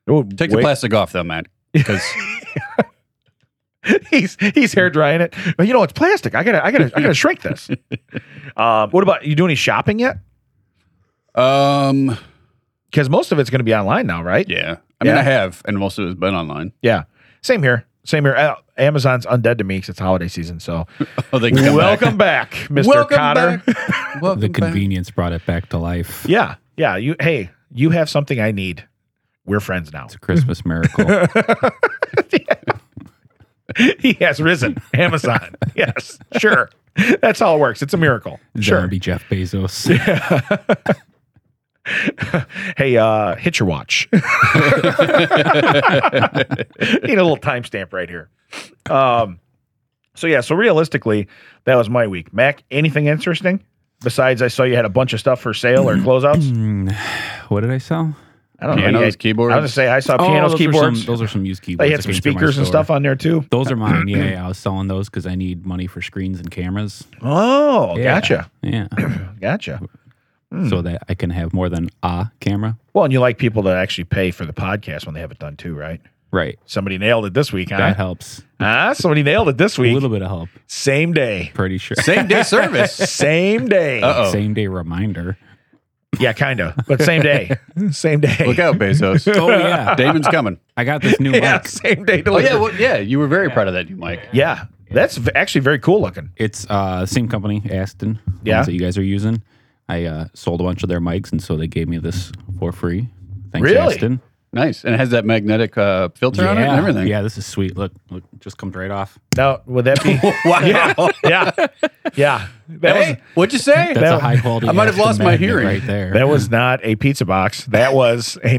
Speaker 3: Ooh,
Speaker 1: Take the
Speaker 3: wait.
Speaker 1: plastic off though, Matt, because
Speaker 3: he's he's hair drying it. But you know it's plastic. I gotta I gotta I gotta shrink this. Um, what about you? Do any shopping yet?
Speaker 1: um,
Speaker 3: Because most of it's going to be online now, right?
Speaker 1: yeah. I mean,
Speaker 3: Yeah.
Speaker 1: I have, and most of it's been online.
Speaker 3: Yeah. Same here. Same here. Uh, Amazon's undead to me because it's holiday season. So
Speaker 1: Oh, they can come
Speaker 3: welcome back,
Speaker 1: back.
Speaker 3: Mr.
Speaker 1: Welcome
Speaker 3: Cotter.
Speaker 1: back.
Speaker 2: The
Speaker 1: Welcome back.
Speaker 2: convenience brought it back to life.
Speaker 3: Yeah. Yeah. You. Hey, you have something I need. We're friends now.
Speaker 2: It's a Christmas miracle.
Speaker 3: he has risen. Amazon. yes, sure. That's how it works. It's a miracle. Sure.
Speaker 2: Zombie Jeff Bezos.
Speaker 3: Hey, uh, hit your watch. Need a little timestamp right here. Um, so yeah, so realistically, that was my week. Mac, anything interesting besides I saw you had a bunch of stuff for sale or closeouts?
Speaker 2: Hmm, what did I sell?
Speaker 3: I don't
Speaker 1: Pianos,
Speaker 3: know. Yeah, I was gonna
Speaker 1: keyboards.
Speaker 3: say I saw pianos,
Speaker 2: Oh, those Are
Speaker 3: Oh, keyboards.
Speaker 2: some, those are some used keyboards.
Speaker 3: they had
Speaker 2: that
Speaker 3: some
Speaker 2: came through my
Speaker 3: speakers and
Speaker 2: store.
Speaker 3: stuff on there too.
Speaker 2: Those are mine. Yeah, yeah, I was selling those because I need money for screens and cameras.
Speaker 3: Oh,
Speaker 2: Yeah.
Speaker 3: gotcha,
Speaker 2: Yeah,
Speaker 3: gotcha.
Speaker 1: Hmm.
Speaker 2: so that I can have more than a camera.
Speaker 3: Well, and you like people to actually pay for the podcast when they have it done too, right?
Speaker 2: Right.
Speaker 3: Somebody nailed it this week, huh?
Speaker 2: That helps.
Speaker 3: Ah, somebody nailed it this
Speaker 2: A
Speaker 3: week.
Speaker 2: little bit of help.
Speaker 3: Same day.
Speaker 2: Pretty sure.
Speaker 1: Same day service.
Speaker 3: Same day.
Speaker 1: Uh oh.
Speaker 2: Same day reminder.
Speaker 3: Yeah, kind of, but same day. same day.
Speaker 1: Look out, Bezos.
Speaker 2: Oh yeah,
Speaker 1: Damon's coming.
Speaker 2: I got this new
Speaker 3: Yeah,
Speaker 2: mic.
Speaker 3: same day
Speaker 1: Oh
Speaker 3: delivery.
Speaker 1: yeah, well, yeah. You were very proud of that, you Mike.
Speaker 3: yeah, that's v- actually very cool looking.
Speaker 2: It's uh same company, Aston. the
Speaker 3: Yeah.
Speaker 2: ones that you guys are using. I uh, sold a bunch of their mics, and so they gave me this for free. Thanks,
Speaker 3: Really?
Speaker 2: Aston.
Speaker 1: Nice. And it has that magnetic uh, filter on it and everything.
Speaker 2: Yeah, this is sweet. Look, look, just comes right off.
Speaker 3: Now, would that be?
Speaker 1: Wow.
Speaker 3: yeah, yeah. That was
Speaker 1: Hey, what'd you say?
Speaker 2: That's
Speaker 3: That-
Speaker 2: a high quality.
Speaker 1: I might have
Speaker 2: Aston
Speaker 1: lost my
Speaker 2: magnet
Speaker 1: hearing.
Speaker 2: right there.
Speaker 3: that was not a pizza box. That was a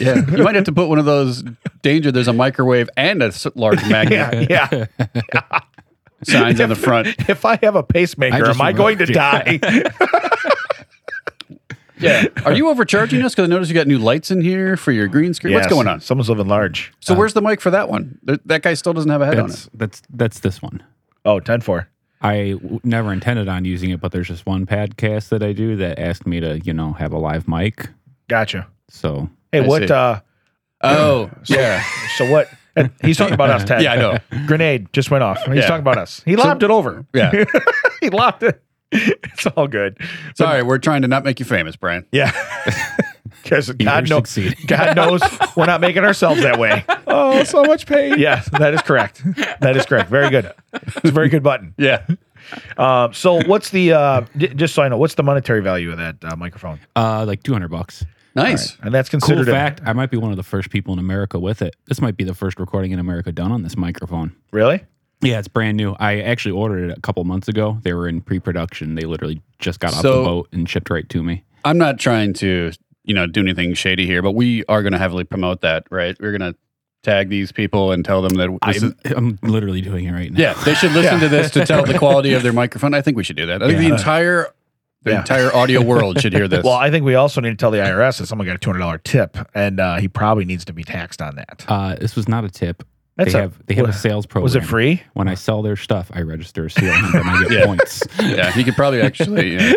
Speaker 1: yeah. You might have to put one of those danger, there's a microwave and a s- large magnet
Speaker 3: yeah, yeah.
Speaker 1: signs on the front.
Speaker 3: If I have a
Speaker 2: I
Speaker 3: pacemaker, am
Speaker 2: just
Speaker 3: I
Speaker 2: remember-
Speaker 3: going to
Speaker 2: Yeah.
Speaker 3: die?
Speaker 1: Yeah. Are you overcharging us? Because I noticed you got new lights in here for your green screen. What's
Speaker 3: Yes,
Speaker 1: going on?
Speaker 3: Someone's living large.
Speaker 1: So where's the mic for that one? There, that guy still doesn't have a head on it.
Speaker 2: That's that's that's this one.
Speaker 3: Oh, 10 4.
Speaker 2: I w- never intended on using it, but there's just one podcast that I do that asked me to, you know, have a live mic.
Speaker 3: Gotcha.
Speaker 2: So
Speaker 3: Hey,
Speaker 1: I
Speaker 3: what?
Speaker 1: see.
Speaker 3: uh
Speaker 1: Oh, yeah.
Speaker 3: So what? uh, He's talking about us, Ted.
Speaker 1: Yeah, I know.
Speaker 3: Grenade just went off. He's
Speaker 1: Yeah.
Speaker 3: talking about us. He lobbed it over.
Speaker 1: Yeah.
Speaker 3: He lobbed it. It's all good.
Speaker 1: Sorry, we're trying to not make you famous, Brian.
Speaker 3: Yeah. Because
Speaker 2: you
Speaker 3: God, know,
Speaker 2: succeed.
Speaker 3: God knows we're not making ourselves that way.
Speaker 2: Oh, so much pain.
Speaker 3: Yeah, that is correct. That is correct. Very good. It's a very good button.
Speaker 1: Yeah.
Speaker 3: Uh, so what's the, uh, d- just so I know, what's the monetary value of that uh, microphone?
Speaker 2: Uh, like 200 bucks.
Speaker 1: Nice.
Speaker 3: And that's
Speaker 2: Cool
Speaker 3: considered a-
Speaker 2: fact, I might be one of the first people in America with it. This might be the first recording in America done on this microphone.
Speaker 3: really?
Speaker 2: Yeah, it's brand new. I actually ordered it a couple months ago. They were in pre-production. They literally just got off the
Speaker 1: So-
Speaker 2: boat and shipped right to me.
Speaker 1: I'm not trying to, you know, do anything shady here, but we are going to heavily promote that, right? We're going to tag these people and tell them that this is,
Speaker 2: I'm, I'm literally doing it right now.
Speaker 1: yeah, they should listen
Speaker 3: Yeah.
Speaker 1: to this to tell the quality of their microphone. I think we should do that. I think the
Speaker 3: Yeah.
Speaker 1: entire the
Speaker 3: Yeah.
Speaker 1: entire audio world should hear this.
Speaker 3: Well, I think we also need to tell the IRS that someone got a $200 tip and uh, he probably needs to be taxed on that.
Speaker 2: Uh, this was not a tip.
Speaker 3: That's
Speaker 2: they
Speaker 3: a-
Speaker 2: have they have a
Speaker 3: wa-
Speaker 2: sales program.
Speaker 3: Was it free?
Speaker 2: When I sell their stuff, I register a serial number and I get
Speaker 1: Yeah.
Speaker 2: points.
Speaker 1: yeah, he could probably actually. you know,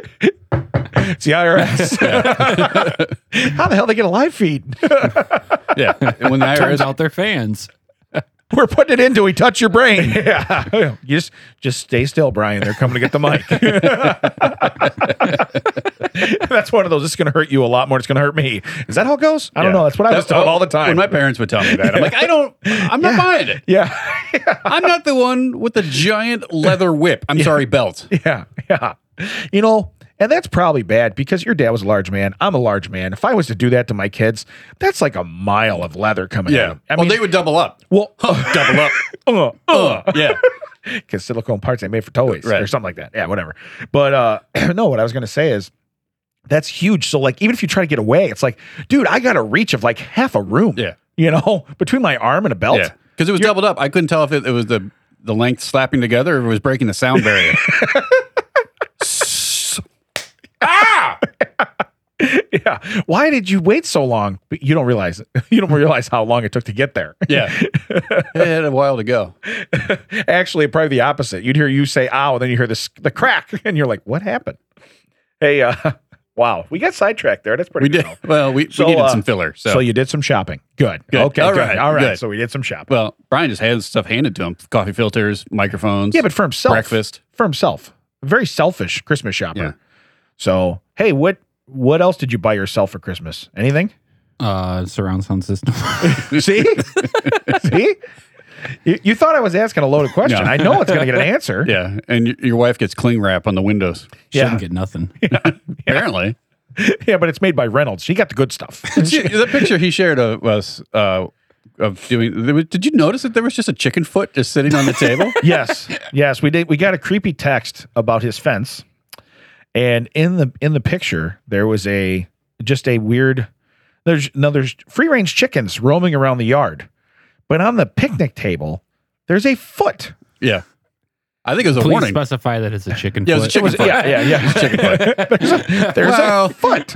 Speaker 3: It's the IRS. How the hell they get a live feed?
Speaker 1: yeah, And when the IRS
Speaker 2: Turns out they're fans.
Speaker 3: We're putting it into we touch your brain. yeah. You Just just stay still, Brian. They're coming to get the mic. That's one of those. It's gonna hurt you a lot more. than It's gonna hurt me. Is that how it goes? I don't
Speaker 1: Yeah.
Speaker 3: know. That's what I was
Speaker 1: That's-
Speaker 3: told all the time.
Speaker 1: When my parents would tell me that, I'm like, I don't, I'm not buying it.
Speaker 3: yeah.
Speaker 1: I'm not the one with the giant leather whip. I'm sorry, belt.
Speaker 3: Yeah. Yeah. You know, and that's probably bad because your dad was a large man. I'm a large man. If I was to do that to my kids, that's like a mile of leather coming at 'em. I
Speaker 1: well,
Speaker 3: mean,
Speaker 1: Oh, they would double up.
Speaker 3: well,
Speaker 1: Double up.
Speaker 3: uh,
Speaker 1: Uh, yeah.
Speaker 3: because silicone parts they made for toys or
Speaker 1: Right.
Speaker 3: something like that. Yeah, whatever. But uh, no, what I was gonna say is that's huge. So like, even if you try to get away, it's like, dude, I got a reach of like half a room.
Speaker 1: Yeah.
Speaker 3: you know, between my arm and a belt.
Speaker 1: Yeah. Because it was doubled up. I couldn't tell if it, it was the, the length slapping together or if it was breaking the sound barrier. Ah!
Speaker 3: Yeah. Why did you wait so long? But you don't realize you don't realize how long it took to get there.
Speaker 1: yeah. It had a while to go.
Speaker 3: Actually, probably the opposite. You'd hear you say "ow," and then you hear this the crack, and you're like, "What happened?" Hey, uh, wow, we got sidetracked there. That's pretty.
Speaker 1: We did.
Speaker 3: cool.
Speaker 1: Well, we,
Speaker 3: So,
Speaker 1: we needed
Speaker 3: uh,
Speaker 1: some filler. So,
Speaker 3: So. you did some shopping. Good.
Speaker 1: Good.
Speaker 3: Okay.
Speaker 1: All
Speaker 3: good.
Speaker 1: right,
Speaker 3: All right.
Speaker 1: good.
Speaker 3: So we did some shopping.
Speaker 1: well, Brian just had stuff handed to him coffee filters, microphones,
Speaker 3: Yeah, but for himself.
Speaker 1: breakfast.
Speaker 3: For himself. Very selfish Christmas shopper.
Speaker 1: Yeah.
Speaker 3: So, hey, what what else did you buy yourself for Christmas? Anything?
Speaker 2: Uh, surround sound system.
Speaker 3: See? See? You, you thought I was asking a loaded question.
Speaker 1: No.
Speaker 3: I know it's going to get an answer.
Speaker 1: Yeah. And y- your wife gets cling wrap on the windows.
Speaker 3: Yeah.
Speaker 2: Shouldn't get nothing.
Speaker 1: Apparently.
Speaker 3: Yeah, but it's made by Reynolds. She got the good stuff.
Speaker 1: See, the picture he shared of us uh, of doing. There was, did you notice that there was just a chicken foot just sitting on the table?
Speaker 3: yes. Yes, we did we got a creepy text about his fence. And in the in the picture, there was a just a weird there's no there's free-range chickens roaming around the yard. But on the picnic table, there's a foot.
Speaker 1: yeah, I think it was a
Speaker 2: Please
Speaker 1: warning.
Speaker 2: specify that it's a chicken.
Speaker 1: Yeah, it was a
Speaker 2: foot.
Speaker 1: chicken
Speaker 3: was-
Speaker 1: foot.
Speaker 3: yeah, yeah, yeah.
Speaker 1: It was a chicken foot.
Speaker 3: There's a, there's
Speaker 1: Wow.
Speaker 3: a foot.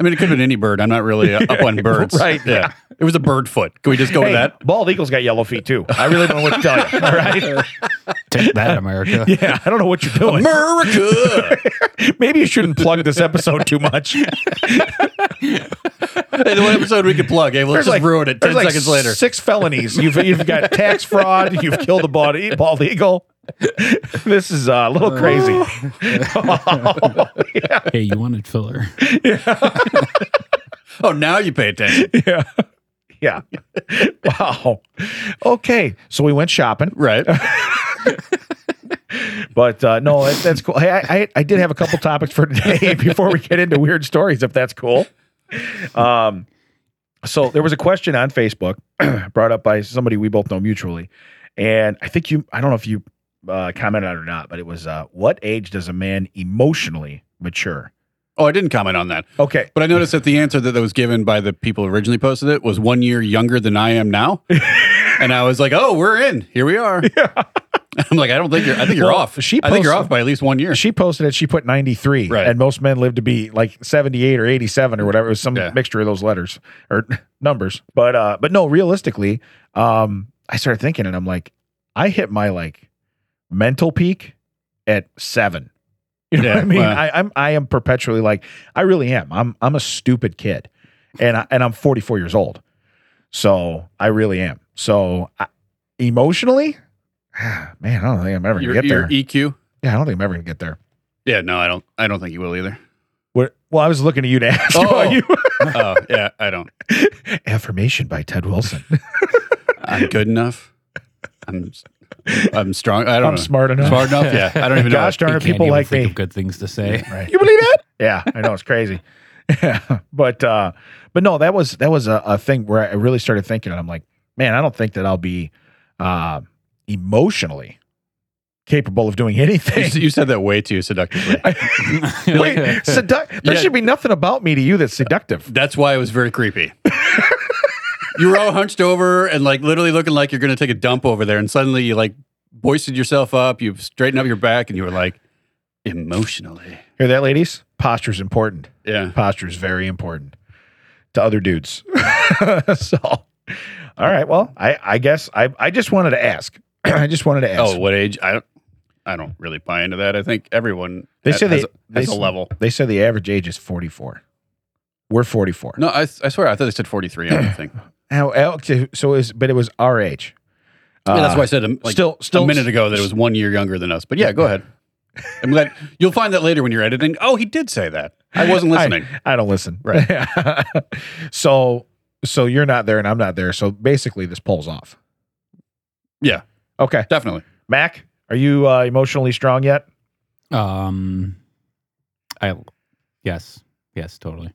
Speaker 1: I mean, it could have been any bird. I'm not really uh, up on birds.
Speaker 3: Right.
Speaker 1: Yeah. It was a bird foot. Can we just go with that?
Speaker 3: bald eagles got yellow feet too. I really don't know what to tell you. All right.
Speaker 2: Take that, America.
Speaker 3: Yeah, I don't know what you're doing.
Speaker 1: America.
Speaker 3: Maybe you shouldn't plug this episode too much.
Speaker 1: hey, the one episode we could plug. Hey, well, let's just ruin it. Ten
Speaker 3: there's like
Speaker 1: seconds later.
Speaker 3: Six felonies. You've you've got tax fraud. You've killed a bald, e- bald eagle. This is uh, a little crazy.
Speaker 2: Hey, you wanted filler.
Speaker 1: Oh, now you pay attention.
Speaker 3: Yeah. Wow. Okay. So we went shopping.
Speaker 1: Right.
Speaker 3: But uh, no, that, that's cool. Hey, I, I I did have a couple topics for today before we get into weird stories, if that's cool. Um, so there was a question on Facebook brought up by somebody we both know mutually, and I think you I don't know if you uh, commented on it or not, but it was uh, what age does a man emotionally mature?
Speaker 1: Oh, I didn't comment on that.
Speaker 3: Okay,
Speaker 1: But I noticed that the answer that was given by the people who originally posted it was one year younger than I am now. and I was like, oh, we're in. Here we are. I'm like, I don't think you're. I think you're
Speaker 3: Well,
Speaker 1: off.
Speaker 3: she
Speaker 1: I think you're
Speaker 3: posted-
Speaker 1: off by at least one year.
Speaker 3: She posted it. She put 93.
Speaker 1: Right.
Speaker 3: And most men live to be like 78 or 87 or whatever. It was some
Speaker 1: Yeah.
Speaker 3: mixture of those letters or numbers. But uh but no, realistically, um I started thinking and I'm like I hit my like mental peak at 7. You know
Speaker 1: Yeah,
Speaker 3: what I mean?
Speaker 1: wow.
Speaker 3: I I'm I am perpetually like I really am. I'm I'm a stupid kid. And I, and I'm 44 years old. So I really am. So I, emotionally, man, I don't think I'm ever
Speaker 1: your,
Speaker 3: gonna get
Speaker 1: your
Speaker 3: there.
Speaker 1: EQ.
Speaker 3: yeah, I don't think I'm ever gonna get there.
Speaker 1: Yeah, no, I don't. I don't think you will either.
Speaker 3: What, well, I was looking at you to ask
Speaker 1: Oh.
Speaker 3: about you.
Speaker 1: Oh yeah, I don't.
Speaker 3: Affirmation by Ted Wilson.
Speaker 1: I'm good enough. I'm. I'm strong. I don't
Speaker 3: I'm
Speaker 1: know.
Speaker 3: smart enough.
Speaker 1: Smart enough. Yeah, I don't even know.
Speaker 3: Gosh darn it,
Speaker 2: can't
Speaker 3: people
Speaker 2: even
Speaker 3: like
Speaker 2: think
Speaker 3: me.
Speaker 2: of good things to say.
Speaker 3: Right.
Speaker 1: You believe it?
Speaker 3: Yeah, I know it's crazy. Yeah. But uh, but no, that was that was a, a thing where I really started thinking, and I'm like, man, I don't think that I'll be uh, emotionally capable of doing
Speaker 1: You, s-
Speaker 3: anything.
Speaker 1: you said that way too seductively.
Speaker 3: Wait, seduct. There
Speaker 1: Yeah.
Speaker 3: should be nothing about me to you that's seductive.
Speaker 1: That's why it was very creepy. you were all hunched over and like literally looking like you're going to take a dump over there, and suddenly you like boisted yourself up. You straightened up your back, and you were like emotionally.
Speaker 3: Hear that, ladies? Posture's important.
Speaker 1: Yeah.
Speaker 3: Posture is very important to other dudes. so, all right. Well, I, I guess I, I just wanted to ask. I just wanted to ask.
Speaker 1: Oh, what age? I don't. I don't really buy into that. I think everyone
Speaker 3: They
Speaker 1: ha-
Speaker 3: say
Speaker 1: has,
Speaker 3: they-
Speaker 1: a, has
Speaker 3: they
Speaker 1: a
Speaker 3: s-
Speaker 1: level.
Speaker 3: They said the average age is 44. We're 44.
Speaker 1: No, I, I swear I thought they said 43 on the thing.
Speaker 3: How- how- okay, so is but it was our age.
Speaker 1: yeah, that's
Speaker 3: Uh,
Speaker 1: why I said um, like
Speaker 3: still, still
Speaker 1: a minute ago that it was one year younger than us. But yeah, go ahead. I'm glad you'll find that later when you're editing. Oh, he did say that. I wasn't
Speaker 3: I-
Speaker 1: listening.
Speaker 3: I don't listen.
Speaker 1: Right.
Speaker 3: so, so you're not there and I'm not there. So basically, this pulls off.
Speaker 1: Yeah.
Speaker 3: Okay,
Speaker 1: Definitely.
Speaker 3: Mac, are you uh, emotionally strong yet?
Speaker 2: Um, I yes, yes, totally.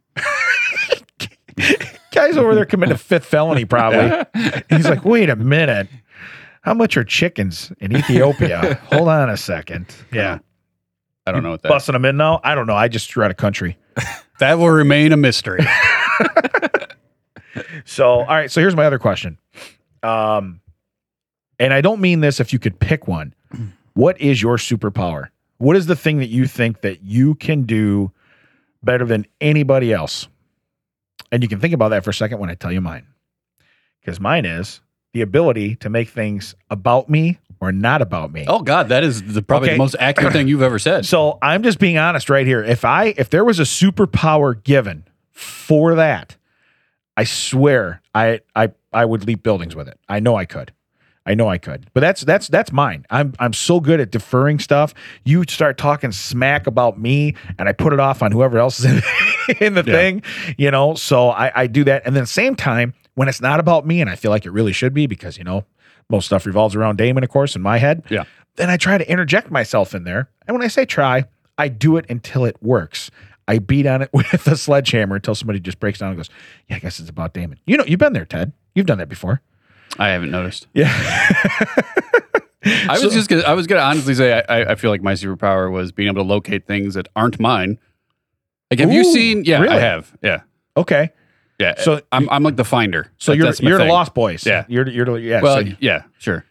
Speaker 3: Guys over there committing a fifth felony, probably. He's like, wait a minute. How much are chickens in Ethiopia? Hold on a second. Yeah.
Speaker 1: I don't know what that.
Speaker 3: Busting them in now? I don't know. I just threw out a country.
Speaker 1: That will remain a mystery.
Speaker 3: So, all right. So here's my other question. Um, and I don't mean this if you could pick one. What is your superpower? What is the thing that you think that you can do better than anybody else? And you can think about that for a second when I tell you mine. Because mine is the ability to make things about me or not about me.
Speaker 1: oh God, that is the, probably
Speaker 3: Okay.
Speaker 1: the most accurate thing you've ever said.
Speaker 3: So I'm just being honest right here. If I if there was a superpower given for that, I swear I I I would leap buildings with it. I know I could. I know I could. But that's that's that's mine. I'm I'm so good at deferring stuff. You start talking smack about me and I put it off on whoever else is in, in the
Speaker 1: Yeah.
Speaker 3: thing, you know. So I, I do that. And then at the same time, when it's not about me, and I feel like it really should be because you know, most stuff revolves around Damon, of course, in my head.
Speaker 1: Yeah.
Speaker 3: Then I try to interject myself in there. And when I say try, I do it until it works. I beat on it with a sledgehammer until somebody just breaks down and goes, Yeah, I guess it's about Damon. You know, you've been there, Ted. You've done that before.
Speaker 1: I haven't noticed.
Speaker 3: Yeah.
Speaker 1: I was just gonna, I was gonna honestly say I, I- I feel like my superpower was being able to locate things that aren't mine. Like have
Speaker 3: Ooh,
Speaker 1: you seen? Yeah,
Speaker 3: really?
Speaker 1: I have. Yeah,
Speaker 3: okay.
Speaker 1: yeah.
Speaker 3: So-
Speaker 1: So I'm I'm like the finder.
Speaker 3: So
Speaker 1: Like,
Speaker 3: you're
Speaker 1: that's my
Speaker 3: you're the
Speaker 1: thing.
Speaker 3: lost boys.
Speaker 1: Yeah.
Speaker 3: You're you're the- yeah.
Speaker 1: Well,
Speaker 3: so
Speaker 1: yeah, sure.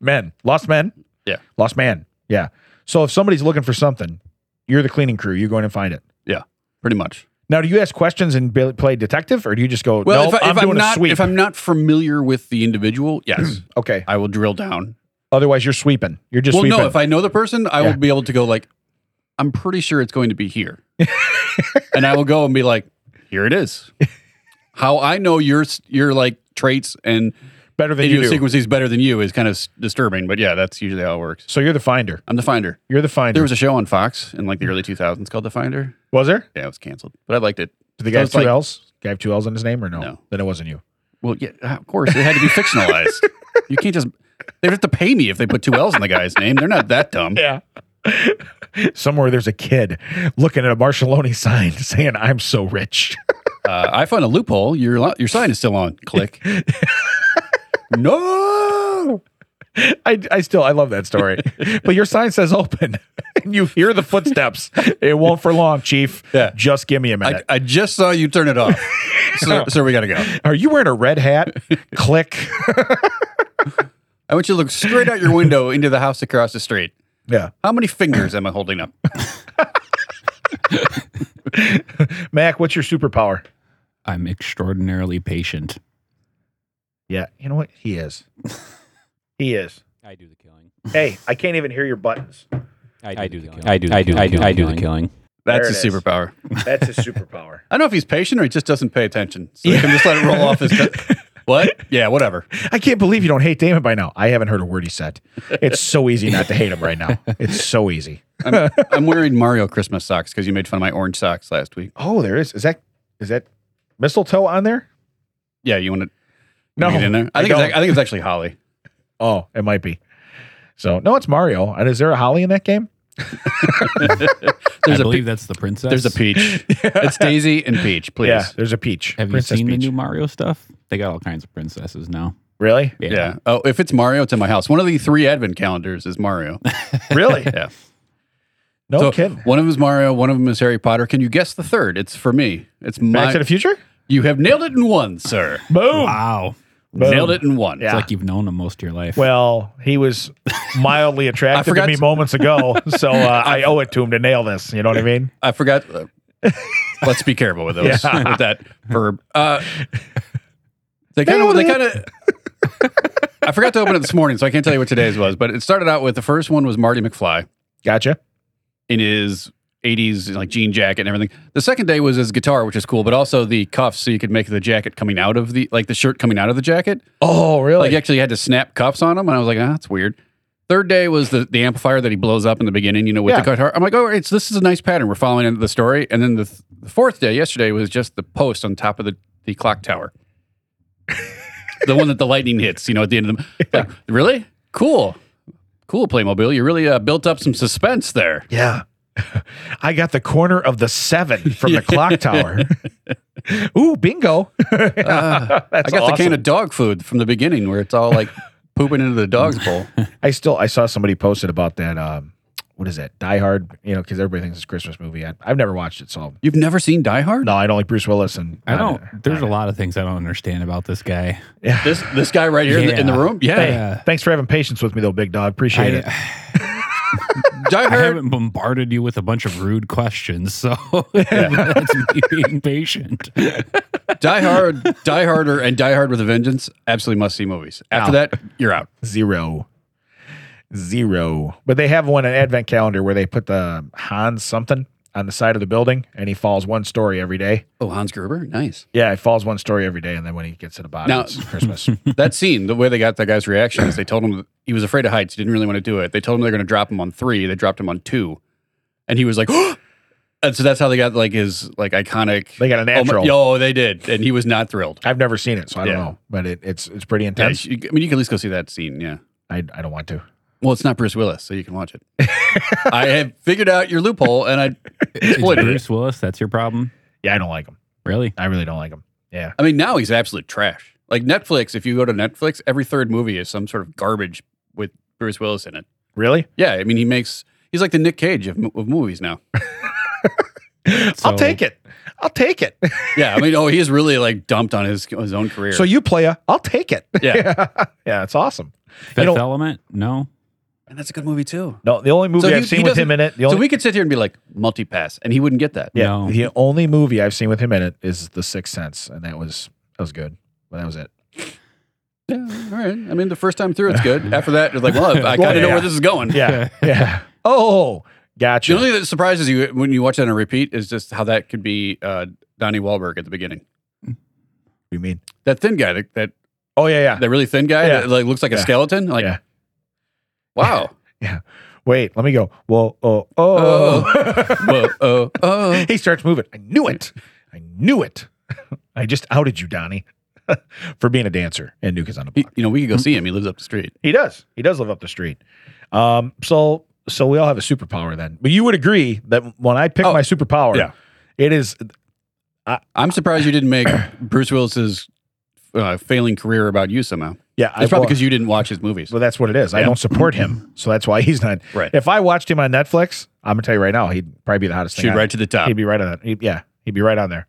Speaker 3: men. Lost men.
Speaker 1: Yeah.
Speaker 3: Lost man. Yeah. So if somebody's looking for something, you're the cleaning crew. You go in and find it.
Speaker 1: Pretty much.
Speaker 3: Now, do you ask questions and be- play detective, or do you just go?
Speaker 1: Well,
Speaker 3: no,
Speaker 1: if, I,
Speaker 3: I'm
Speaker 1: if I'm
Speaker 3: doing
Speaker 1: not
Speaker 3: a sweep.
Speaker 1: if I'm not familiar with the individual, yes,
Speaker 3: okay.
Speaker 1: I will drill down.
Speaker 3: Otherwise, you're sweeping. You're just
Speaker 1: well,
Speaker 3: sweeping.
Speaker 1: no, if I know the person, I
Speaker 3: Yeah.
Speaker 1: will be able to go like, I'm pretty sure it's going to be here, and I will go and be like, here it is. How I know your s- your like traits and
Speaker 3: Better than you do.
Speaker 1: idiosyncrasies better than you is kind of s- disturbing, but yeah, that's usually how it works.
Speaker 3: So you're the finder.
Speaker 1: I'm the finder.
Speaker 3: You're the finder.
Speaker 1: There was a show on Fox in
Speaker 3: Mm.
Speaker 1: like the early 2000s called The Finder.
Speaker 3: Was there?
Speaker 1: Yeah, it was canceled, but I liked it.
Speaker 3: Did the guy have
Speaker 1: Sounds
Speaker 3: two
Speaker 1: like-
Speaker 3: L's? Guy have two L's in his name or no?
Speaker 1: No.
Speaker 3: Then it wasn't you.
Speaker 1: Well, yeah, uh, of course it had to be fictionalized. You can't just they have to pay me if they put two L's in the guy's name. They're not that dumb.
Speaker 3: Yeah. Somewhere there's a kid looking at a Marcelloni sign saying, "I'm so rich."
Speaker 1: Uh, I found a loophole. Your lo- your sign is still on. Click. no.
Speaker 3: I, I still I love that story. but your sign says open, and you hear the footsteps. It won't for long, Chief.
Speaker 1: Yeah.
Speaker 3: Just give me a
Speaker 1: I,
Speaker 3: minute.
Speaker 1: I just saw you turn it off. So, so we got to go.
Speaker 3: Are you wearing a red hat? Click.
Speaker 1: I want you to look straight out your window into the house across the street.
Speaker 3: Yeah.
Speaker 1: How many fingers am I holding up?
Speaker 3: Mac, what's your superpower?
Speaker 2: I'm extraordinarily patient.
Speaker 3: Yeah. You know what? He is. he is.
Speaker 2: I do the killing.
Speaker 3: Hey, I can't even hear your buttons.
Speaker 2: I do the killing. I do. I do. I do. I do the killing.
Speaker 1: That's a
Speaker 3: There it is.
Speaker 1: superpower.
Speaker 3: That's his superpower.
Speaker 1: I don't know if he's patient or he just doesn't pay attention. So he can just let it roll off his. what? Yeah, whatever.
Speaker 3: I can't believe you don't hate Damon by now. I haven't heard a word he said. It's so easy not to hate him right now. It's so easy.
Speaker 1: I'm, I'm wearing Mario Christmas socks because you made fun of my orange socks last week.
Speaker 3: Oh, there is. Is that is that mistletoe on there?
Speaker 1: Yeah, you want to
Speaker 3: No,
Speaker 1: get in there?
Speaker 3: I
Speaker 1: I think it's,
Speaker 3: don't.
Speaker 1: ac- I think it's actually Holly.
Speaker 3: Oh, it might be. So no, it's Mario. And is there a Holly in that game?
Speaker 1: There's a
Speaker 2: I
Speaker 1: pe-
Speaker 2: believe that's the princess.
Speaker 1: there's a peach. It's Daisy and Peach. Please.
Speaker 3: Yeah, there's a peach.
Speaker 2: Have you
Speaker 3: Princess
Speaker 2: seen
Speaker 3: peach.
Speaker 2: the new Mario stuff? They got all kinds of princesses now.
Speaker 3: Really?
Speaker 1: Yeah. Oh, if it's Mario, it's in my house. One of the three advent calendars is Mario.
Speaker 3: Really?
Speaker 1: Yeah.
Speaker 3: No
Speaker 1: So,
Speaker 3: kidding.
Speaker 1: One of them is Mario. One of them is Harry Potter. Can you guess the third? It's for me. It's
Speaker 3: Back
Speaker 1: my.
Speaker 3: to the Future.
Speaker 1: you have nailed it in one, sir.
Speaker 3: Boom.
Speaker 2: Wow.
Speaker 3: Boom.
Speaker 1: Nailed it in one.
Speaker 3: Yeah.
Speaker 2: It's like you've known them most of your life.
Speaker 3: Well, he was mildly attracted to
Speaker 1: forgot
Speaker 3: me
Speaker 1: to-
Speaker 3: moments ago, so uh, I owe it to him to nail this. You know what I mean?
Speaker 1: I forgot. uh, let's be careful with those
Speaker 3: Yeah.
Speaker 1: with that verb. Uh, they kind of. They kind of. I forgot to open it this morning, so I can't tell you what today's was. But it started out with the first one was Marty McFly
Speaker 3: Gotcha.
Speaker 1: in his. 80s like jean jacket and everything. The second day was his guitar, which is cool, but also the cuffs, so you could make the jacket coming out of the like the shirt coming out of the jacket.
Speaker 3: Oh, really?
Speaker 1: Like he actually had to snap cuffs on him, and I was like, ah, that's weird. Third day was the, the amplifier that he blows up in the beginning, you know, with
Speaker 3: Yeah.
Speaker 1: the guitar. I'm like, oh, it's, this is a nice pattern. We're following into the story. And then the, th- the fourth day, yesterday, was just the post on top of the, the clock tower. the one that the lightning hits, you know, at the end of the. Like, really? Cool. Cool, Playmobil. You really uh, built up some suspense there.
Speaker 3: Yeah. I got the corner of the seven from the clock tower. Ooh, bingo.
Speaker 1: I got Ah, the can of dog food from the beginning where it's all like pooping into the dog's bowl.
Speaker 3: I still I saw somebody posted about that. Um, what is that? Die Hard. You know, because everybody thinks it's a Christmas movie. I, I've never watched it, so
Speaker 1: You've never seen Die Hard?
Speaker 3: no, I don't like Bruce Willis. And
Speaker 2: I don't. There's a lot of things I don't understand about this guy.
Speaker 1: This this guy right here in, the, in the
Speaker 2: Yeah.
Speaker 1: room? Yeah.
Speaker 3: Hey,
Speaker 2: Yeah.
Speaker 3: thanks for having patience with me, though, big dog. Appreciate it.
Speaker 2: I,
Speaker 1: Die
Speaker 2: I
Speaker 1: Hard.
Speaker 2: haven't bombarded you with a bunch of rude questions, so that's me being patient.
Speaker 1: Die Hard, Die Harder, and Die Hard with a Vengeance, absolutely must see movies. After
Speaker 3: Wow.
Speaker 1: that, you're out.
Speaker 3: Zero. Zero. But they have one an advent calendar where they put the Hans something on the side of the building, and he falls one story every day.
Speaker 1: Oh, Hans Gruber, nice.
Speaker 3: Yeah, he falls one story every day, and then when he gets to the bottom,
Speaker 1: Now-
Speaker 3: it's Christmas.
Speaker 1: That scene, the way they got that guy's reaction is they told him that he was afraid of heights. He didn't really want to do it. They told him they're going to drop him on three. They dropped him on two, and he was like, and so that's how they got like his like iconic.
Speaker 3: They got a
Speaker 1: Oh, my-
Speaker 3: natural.
Speaker 1: yo, they did, and he was not thrilled.
Speaker 3: I've never seen it, so I don't
Speaker 1: Yeah.
Speaker 3: know. But it, it's it's pretty
Speaker 1: Yeah,
Speaker 3: intense.
Speaker 1: you- I mean, you can at least go see that scene. Yeah.
Speaker 3: I, I don't want to.
Speaker 1: Well, it's not Bruce Willis, so you can watch it. I have figured out your loophole, and I
Speaker 2: It's
Speaker 1: exploited it.
Speaker 2: Bruce Willis. That's your problem,
Speaker 3: Yeah, I don't like him.
Speaker 2: really?
Speaker 3: I really don't like him. Yeah.
Speaker 1: I mean, now he's absolute trash. Like Netflix, if you go to Netflix, every third movie is some sort of garbage with Bruce Willis in it.
Speaker 3: Really?
Speaker 1: Yeah, I mean, he makes he's like the Nick Cage of, mo- of movies now.
Speaker 3: I'll take it. I'll take it.
Speaker 1: Yeah, I mean, oh, he's really like dumped on his his own career.
Speaker 3: so you playa, I'll take it.
Speaker 1: yeah,
Speaker 3: yeah, it's awesome.
Speaker 2: Fifth
Speaker 3: You know-
Speaker 2: Element? No.
Speaker 1: and that's a good movie too.
Speaker 3: No, the only movie
Speaker 1: So he-
Speaker 3: I've seen
Speaker 1: he
Speaker 3: with him in it, the only
Speaker 1: so we could sit here and be like multi-pass, and he wouldn't get that.
Speaker 3: Yeah,
Speaker 2: No.
Speaker 3: the only movie I've seen with him in it is The Sixth Sense, and that was that was good. But that was it.
Speaker 1: Yeah, all right. I mean, the first time through, it's good. After that, it's like, well, I, I kind of
Speaker 3: Well,
Speaker 1: know
Speaker 3: yeah.
Speaker 1: where this is going.
Speaker 3: Yeah, yeah. Oh,
Speaker 1: The
Speaker 3: gotcha.
Speaker 1: only thing that surprises you when you watch that on repeat is just how that could be uh, Donnie Wahlberg at the beginning.
Speaker 3: you mean?
Speaker 1: That thin guy that, that
Speaker 3: Oh yeah, yeah.
Speaker 1: that really thin guy
Speaker 3: Yeah.
Speaker 1: that like looks like a
Speaker 3: Yeah.
Speaker 1: skeleton. Like,
Speaker 3: Yeah.
Speaker 1: wow.
Speaker 3: Wait, let me go. Whoa, oh, oh.
Speaker 1: Whoa, oh, oh.
Speaker 3: he starts moving. I knew it. I knew it. I just outed you, Donnie, for being a dancer and Nuke is on the
Speaker 1: He,
Speaker 3: block.
Speaker 1: you know, we could go see him. He lives up the street.
Speaker 3: He does. He does live up the street. Um, so so we all have a superpower then. But you would agree that when I pick
Speaker 1: Oh,
Speaker 3: my superpower,
Speaker 1: yeah.
Speaker 3: it is
Speaker 1: I'm surprised you didn't make Bruce Willis's uh, failing career about you somehow.
Speaker 3: yeah,
Speaker 1: It's probably
Speaker 3: well-
Speaker 1: because you didn't watch his movies.
Speaker 3: Well, that's what it is. I
Speaker 1: Yeah.
Speaker 3: don't support him, so that's why he's not.
Speaker 1: Right.
Speaker 3: If I watched him on Netflix, I'm gonna tell you right now, he'd probably be the hottest
Speaker 1: Shoot
Speaker 3: thing. on-
Speaker 1: right to the top.
Speaker 3: He'd be right on that. He'd- yeah, he'd be right on there.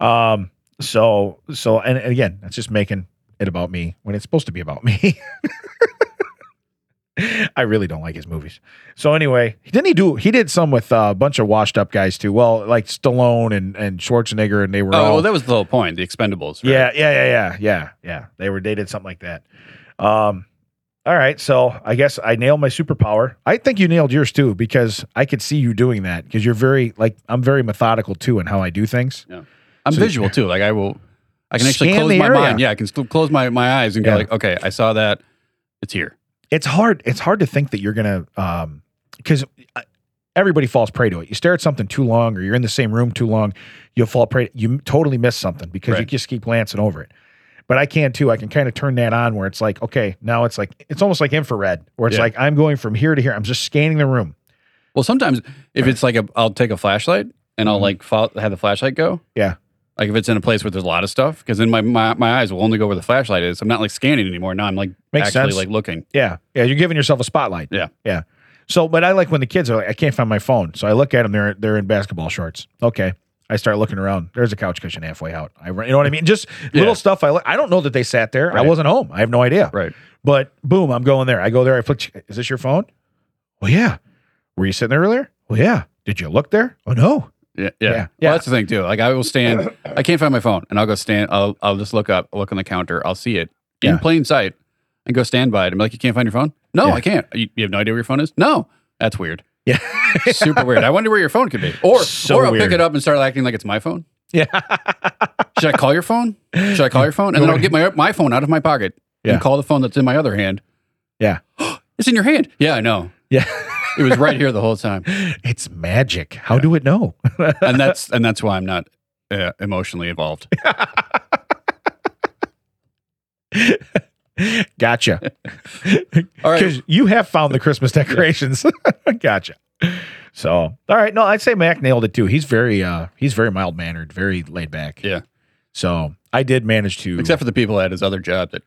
Speaker 3: Um. So so and, and again, that's just making it about me when it's supposed to be about me. I really don't like his movies. So anyway, didn't he do? He did some with uh, a bunch of washed up guys too. Well, like Stallone and and Schwarzenegger, and they were
Speaker 1: Oh,
Speaker 3: all
Speaker 1: well, that was the whole point. The Expendables. right?
Speaker 3: yeah, yeah, yeah, yeah, yeah, yeah. They were they did something like that. Um, all right, so I guess I nailed my superpower. I think you nailed yours too because I could see you doing that because you're very like I'm very methodical too in how I do things.
Speaker 1: I'm
Speaker 3: So-
Speaker 1: visual too. Like I will, I can actually
Speaker 3: Scan
Speaker 1: close
Speaker 3: the
Speaker 1: my
Speaker 3: area.
Speaker 1: mind. Yeah, I can still close my my eyes and go
Speaker 3: Yeah.
Speaker 1: like, okay, I saw that. It's here.
Speaker 3: It's hard. It's hard to think that you're gonna um because everybody falls prey to it. You stare at something too long, or you're in the same room too long, you'll fall prey. You totally miss something because you
Speaker 1: Right.
Speaker 3: just keep glancing over it. But I can too. I can kind of turn that on where it's like, okay, now it's like it's almost like infrared, where it's
Speaker 1: Yeah.
Speaker 3: like I'm going from here to here. I'm just scanning the room.
Speaker 1: Well, sometimes if it's like a, I'll take a flashlight and I'll like fo- have the flashlight go.
Speaker 3: Mm-hmm. Yeah.
Speaker 1: Like if it's in a place where there's a lot of stuff, because then my, my my eyes will only go where the flashlight is. I'm not like scanning anymore. Now I'm like
Speaker 3: Makes
Speaker 1: actually
Speaker 3: sense.
Speaker 1: like looking.
Speaker 3: Yeah. Yeah. You're giving yourself a spotlight.
Speaker 1: Yeah.
Speaker 3: Yeah. So, but I like when the kids are like, I can't find my phone. So I look at them. They're they're in basketball shorts. Okay. I start looking around. There's a couch cushion halfway out. I run, you know what I mean? Just
Speaker 1: Yeah.
Speaker 3: little stuff. I li- I don't know that they sat there. I
Speaker 1: Right.
Speaker 3: wasn't home. I have no idea.
Speaker 1: Right.
Speaker 3: But boom, I'm going there. I go there. I flick. Is this your phone? Well, yeah. Were you sitting there earlier? Well, yeah. Did you look there? Oh no.
Speaker 1: Yeah, yeah.
Speaker 3: Yeah,
Speaker 1: Well,
Speaker 3: yeah.
Speaker 1: that's the thing too. Like I will stand. I can't find my phone, and I'll go stand. I'll I'll just look up, look on the counter. I'll see it in
Speaker 3: Yeah.
Speaker 1: plain sight, and go stand by it. and be like, you can't find your phone? No,
Speaker 3: Yeah.
Speaker 1: I can't. You, you have no idea where your phone is? No, that's weird.
Speaker 3: Yeah.
Speaker 1: super weird. I wonder where your phone could be. Or
Speaker 3: So
Speaker 1: or I'll
Speaker 3: weird.
Speaker 1: pick it up and start acting like it's my phone.
Speaker 3: Yeah.
Speaker 1: Should I call your phone? Should I call your phone? And then I'll get my my phone out of my pocket
Speaker 3: Yeah.
Speaker 1: and call the phone that's in my other hand.
Speaker 3: Yeah.
Speaker 1: it's in your hand. Yeah, I know.
Speaker 3: yeah.
Speaker 1: It was right here the whole time,
Speaker 3: It's magic. How do it know?
Speaker 1: and that's and that's why I'm not uh, emotionally involved.
Speaker 3: Gotcha.
Speaker 1: All right.
Speaker 3: Because you have found the Christmas decorations. gotcha. So, all right. No, I'd say Mac nailed it too. He's very, uh, he's very mild mannered, very laid back.
Speaker 1: Yeah.
Speaker 3: So I did manage to,
Speaker 1: Except for the people at his other job that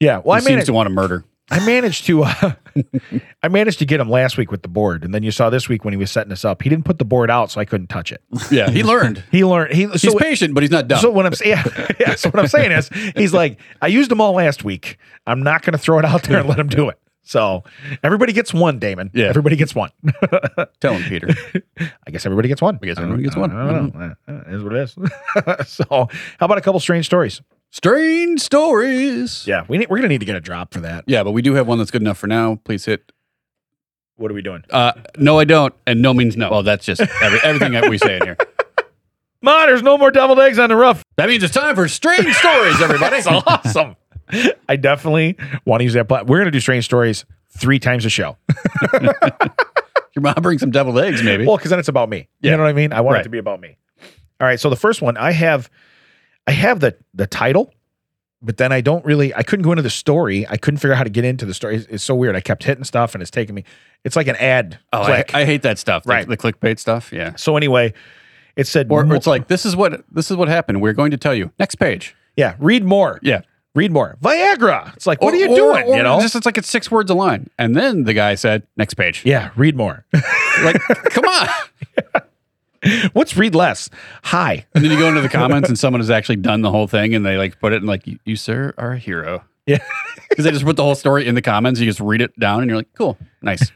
Speaker 3: yeah. Well, I
Speaker 1: he seems
Speaker 3: managed,
Speaker 1: to want to murder.
Speaker 3: I managed to, uh, I managed to get him last week with the board, and then you saw this week when he was setting us up. He didn't put the board out, so I couldn't touch it.
Speaker 1: Yeah, he learned.
Speaker 3: He learned. He
Speaker 1: He's
Speaker 3: so.
Speaker 1: patient, but he's not dumb.
Speaker 3: So what I'm saying, yeah, yeah. So what I'm saying is, he's like, I used them all last week. I'm not going to throw it out there and let him do it. So everybody gets one, Damon.
Speaker 1: Yeah.
Speaker 3: everybody gets one.
Speaker 1: Tell him, Peter.
Speaker 3: I guess everybody gets one.
Speaker 1: I guess
Speaker 3: don't-
Speaker 1: everybody gets one. Mm-hmm.
Speaker 3: I don't know. Uh, It is what it is. so, how about a couple strange stories?
Speaker 1: Strange stories.
Speaker 3: Yeah, we need, we're gonna need to get a drop for that.
Speaker 1: Yeah, but we do have one that's good enough for now. Please hit.
Speaker 3: What are we doing?
Speaker 1: Uh, no, I don't. And no means no. Well, that's just every, everything that we say in here.
Speaker 3: Ma, there's no more deviled eggs on the roof.
Speaker 1: That means it's time for strange stories, everybody.
Speaker 3: That's awesome. I definitely want to use that. But we're gonna do strange stories three times a show.
Speaker 1: Your mom brings some deviled eggs, maybe.
Speaker 3: Well, because then it's about me. You know what I mean? I want it
Speaker 1: Right.
Speaker 3: to be about me. All right. So the first one, I have, I have the the title, but then I don't really. I couldn't go into the story. I couldn't figure out how to get into the story. It's, it's so weird. I kept hitting stuff, and it's taking me. It's like an ad
Speaker 1: oh, I,
Speaker 3: click.
Speaker 1: I hate that stuff. the-
Speaker 3: Right.
Speaker 1: the clickbait stuff. Yeah.
Speaker 3: so anyway, it said,
Speaker 1: Or,
Speaker 3: mo-
Speaker 1: or it's like this is what this is what happened. We're going to tell you. Next page.
Speaker 3: yeah, read more.
Speaker 1: Yeah.
Speaker 3: Read more. Viagra. It's like, what
Speaker 1: Or-
Speaker 3: are you
Speaker 1: or-
Speaker 3: doing?
Speaker 1: or
Speaker 3: you know?
Speaker 1: just it's like it's six words a line, and then the guy said, "Next page."
Speaker 3: yeah, read more.
Speaker 1: Like, come on.
Speaker 3: What's read less? Hi.
Speaker 1: And then you go into the comments, and someone has actually done the whole thing, and they like put it in like, "You, you sir are a hero."
Speaker 3: Yeah.
Speaker 1: because they just put the whole story in the comments. You just read it down, and you're like, "Cool, nice."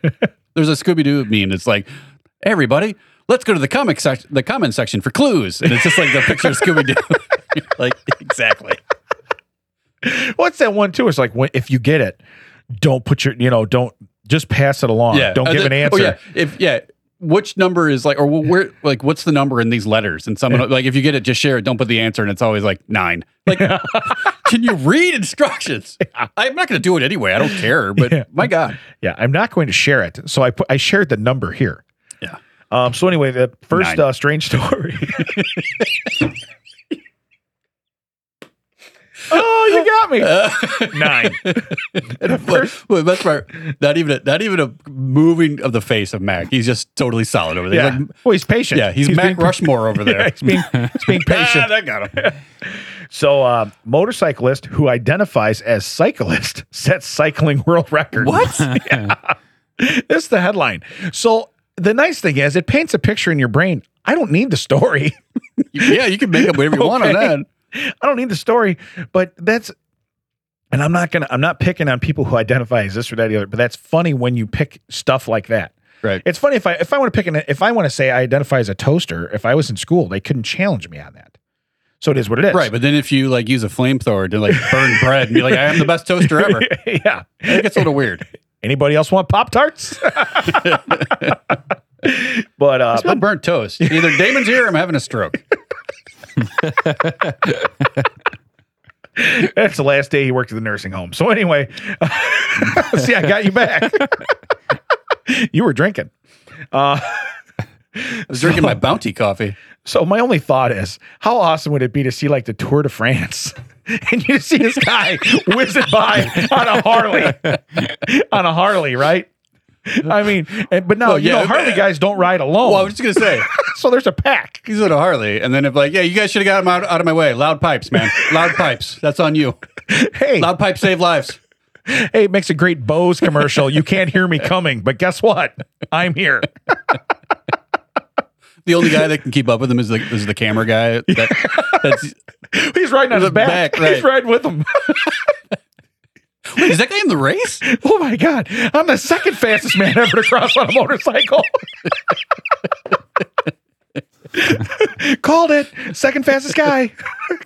Speaker 1: There's a Scooby Doo meme that's like, "Hey, "Everybody, let's go to the comic section, the comment section for clues," and it's just like the picture of Scooby Doo. like exactly.
Speaker 3: What's that one too? It's like when, if you get it, don't put your you know don't just pass it along. Don't
Speaker 1: Uh,
Speaker 3: give
Speaker 1: the-
Speaker 3: an answer.
Speaker 1: Oh, yeah. If yeah. Which number is like, or wh- where, like, what's the number in these letters? And someone, like, if you get it, just share it. Don't put the answer. And it's always like nine. Like, can you read instructions? I'm not going to do it anyway. I don't care. But
Speaker 3: Yeah.
Speaker 1: my God.
Speaker 3: Yeah, I'm not going to share it. So I put, I shared the number here.
Speaker 1: Yeah.
Speaker 3: Um. So anyway, the first
Speaker 1: Nine.
Speaker 3: uh, strange story. oh, you got me.
Speaker 1: Uh,
Speaker 3: Nine.
Speaker 1: and but, but that's part. Not even a, not even a moving of the face of Mac. He's just totally solid over there. He's
Speaker 3: Yeah.
Speaker 1: like-
Speaker 3: Well, he's patient.
Speaker 1: yeah. He's,
Speaker 3: being
Speaker 1: Mac
Speaker 3: pa-
Speaker 1: Rushmore over there.
Speaker 3: Yeah, he's being he's being patient.
Speaker 1: that got him.
Speaker 3: So, uh, motorcyclist who identifies as cyclist sets cycling world record.
Speaker 1: What?
Speaker 3: This is the headline. So the nice thing is, it paints a picture in your brain. I don't need the story.
Speaker 1: yeah. You can make up whatever you want on
Speaker 3: Okay.
Speaker 1: that.
Speaker 3: I don't need the story, but that's and I'm not gonna I'm not picking on people who identify as this or that or the other, but that's funny when you pick stuff like that.
Speaker 1: Right.
Speaker 3: It's funny if I if I want to pick an if I want to say I identify as a toaster, if I was in school, they couldn't challenge me on that. So it is what it is.
Speaker 1: Right, but then if you like use a flamethrower to like burn bread and be like, "I am the best toaster ever," it
Speaker 3: yeah.
Speaker 1: gets a little weird.
Speaker 3: Anybody else want Pop Tarts? but
Speaker 1: I
Speaker 3: uh
Speaker 1: smell burnt toast. Either Damon's here, or I'm having a stroke.
Speaker 3: That's the last day he worked at the nursing home. So anyway, see, I got you back. you were drinking.
Speaker 1: I was drinking my bounty coffee.
Speaker 3: So my only thought is, how awesome would it be to see like the Tour de France, and you see this guy whizzing by on a Harley, on a Harley, right? I mean, and, but no,
Speaker 1: Well,
Speaker 3: you
Speaker 1: yeah.
Speaker 3: know, Harley guys don't ride alone.
Speaker 1: Well, I was just gonna say
Speaker 3: so there's a pack.
Speaker 1: he's on a Harley, and then if like, yeah, you guys should have got him out, out of my way. Loud pipes, man. Loud pipes. That's on you.
Speaker 3: Hey,
Speaker 1: Loud pipes save lives.
Speaker 3: hey, it makes a great Bose commercial. You can't hear me coming, but guess what? I'm here.
Speaker 1: The only guy that can keep up with him is the is the camera guy. That, that's
Speaker 3: He's riding on his back.
Speaker 1: back, right.
Speaker 3: He's riding with him.
Speaker 1: wait, is that guy in the race?
Speaker 3: Oh my God. I'm the second fastest man ever to cross on a motorcycle. Called it. Second fastest guy.